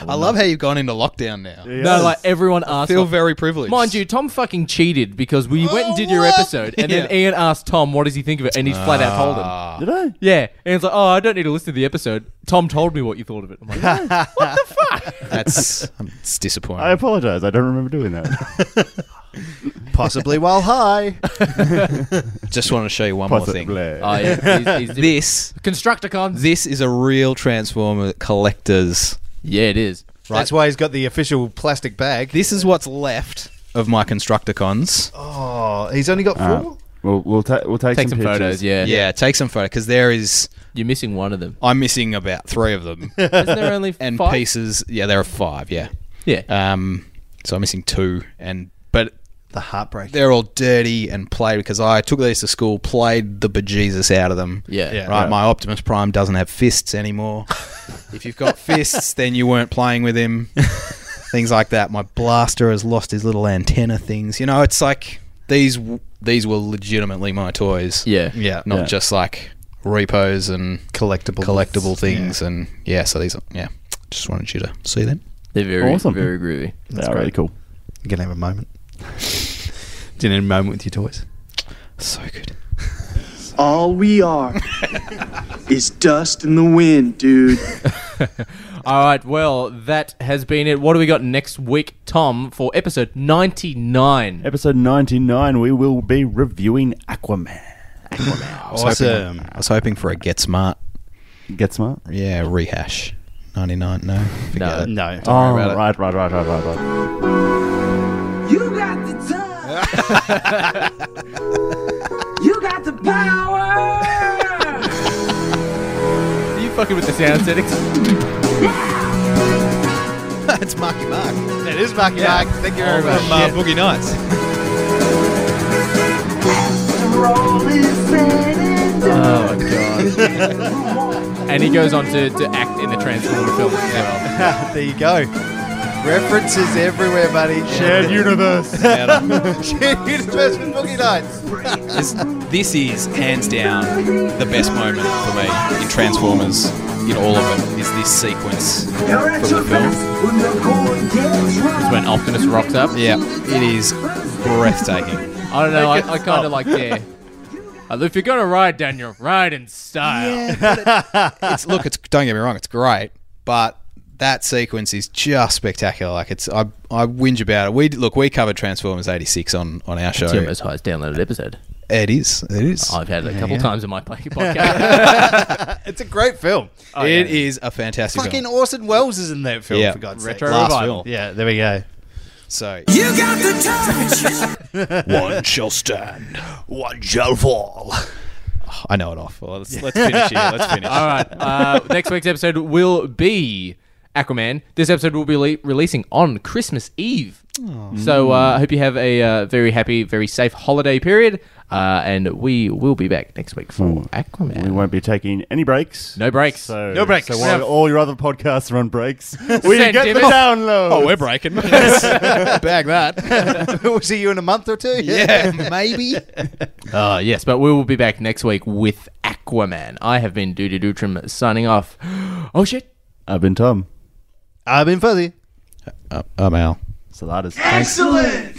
A: I love how you've gone into lockdown now.
D: no, like everyone asked.
A: Feel
D: what-
A: very privileged, Oh,
D: Mind you, Tom fucking cheated because we went and did your
A: what?
D: episode, and then
A: Yeah. Ah.
D: Ian asked Tom, "What does he think of it?" And he flat out told him.
E: Did I?
D: Yeah, and it's like, "Oh, I don't need to listen to the episode." Tom told me what you thought of it. I'm like,
A: That's um, it's disappointing.
E: I apologize. I don't remember doing that.
F: possibly while high.
A: just wanted to show you one more thing.
E: Possibly.
D: "Oh yeah, he's, he's
A: This
D: Constructicons."
A: this is a real Transformer collector's
D: yeah, it is.
F: That's why he's got the official plastic bag.
A: This is what's left of my Constructicons.
F: oh, he's only got
E: Uh,
F: four.
E: we'll we'll, ta- we'll take,
D: Take some
E: pictures.
D: photos. Yeah.
A: yeah. take some photo because there is.
D: you're missing one of them.
A: I'm missing about three of them
D: Isn't there only
A: and
D: five?
A: pieces. Yeah, there are five. Yeah.
D: Yeah.
A: Um, so I'm missing two, and but
F: the heartbreak.
A: they're all dirty and played because I took these to school, played the bejesus out of them.
D: Yeah. Yeah.
A: Right.
E: Yeah.
A: My Optimus Prime doesn't have fists anymore. Uh, if you've got fists, then you weren't playing with him. things like that. My blaster has lost his little antenna things. You know, it's like these w- these were legitimately my toys.
D: yeah.
F: Yeah,
A: Not
E: Yeah.
A: just like repos and
F: collectible,
A: collectible things and yeah, so these are yeah. Just wanted you to see them.
D: They're very,
E: Awesome.
D: very groovy.
E: They are really cool.
F: You can have a moment. Do you need a moment with your toys?
A: So good.
J: All we are is dust in the wind, dude.
D: All right, well, that has been it. What do we got next week, Tom, for episode 99?
E: Episode 99, we will be reviewing Aquaman.
A: Awesome. I was hoping for a Get Smart,
E: Get smart.
A: yeah, rehash. 99, no. Forget
D: No.
A: it.
F: No.
E: Oh, right, right, right, right, right, right.
B: You got the time. you got the power.
D: Are you fucking with the sound settings?
A: Uh, it's Marky Mark.
F: It is Marky Mark. Thank you very much.
A: From uh, Boogie Nights.
B: We're all insane.
D: Oh, my God. and he goes on to, to act in the Transformer film as well.
F: there you go. References everywhere, buddy.
E: Shared universe.
F: Shared universe with Boogie Nights.
A: This, this is hands down the best moment for me in Transformers. In all of it, is this sequence
B: You're at
A: from the
B: your best
A: film.
B: when the going gets rough.
D: When Optimus rocks up.
A: Yeah, it is breathtaking.
D: I don't know, I, I kind of like there. Uh, if you're going to ride, Daniel, ride in style.
A: It's look, it's don't get me wrong, it's great, but that sequence is just spectacular. Like it's, I, I whinge about it. We look, we covered Transformers '86 on on our show.
D: It's your most highest downloaded episode.
A: It is, it is.
D: I've had it a couple times in my podcast.
F: It's a great film.
E: Oh,
A: It is a fantastic
F: Fucking
A: film.
F: Orson Welles is in that film,
A: Yeah.
F: for God's
D: Retro
F: sake.
A: Last
D: revival.
A: film.
F: Yeah, there we go.
A: So
B: You got the touch.
E: One shall stand, one shall fall.
A: Oh, I know it off. Well, let's, let's finish here. Let's finish.
D: All right. Uh, next week's episode will be Aquaman. This episode will be le- releasing on Christmas Eve. So uh, I hope you have a uh, very happy, very safe holiday period. Uh, and we will be back next week for
E: We
D: Aquaman.
E: won't be taking any breaks.
D: No breaks.
E: So,
F: No breaks.
E: So while
D: Yeah.
E: all your other podcasts are on breaks, we
D: Send
E: get the
D: David.
E: download.
A: Oh, we're breaking. Bag that.
F: we'll see you in a month or two.
A: Yeah, maybe.
D: Uh, yes, but we will be back next week with Aquaman. I have been Doody Dootrim signing off. Oh, shit.
E: I've been Tom.
F: I've been Uh, fuzzy.
A: I'm out.
E: So that is.
J: Excellent!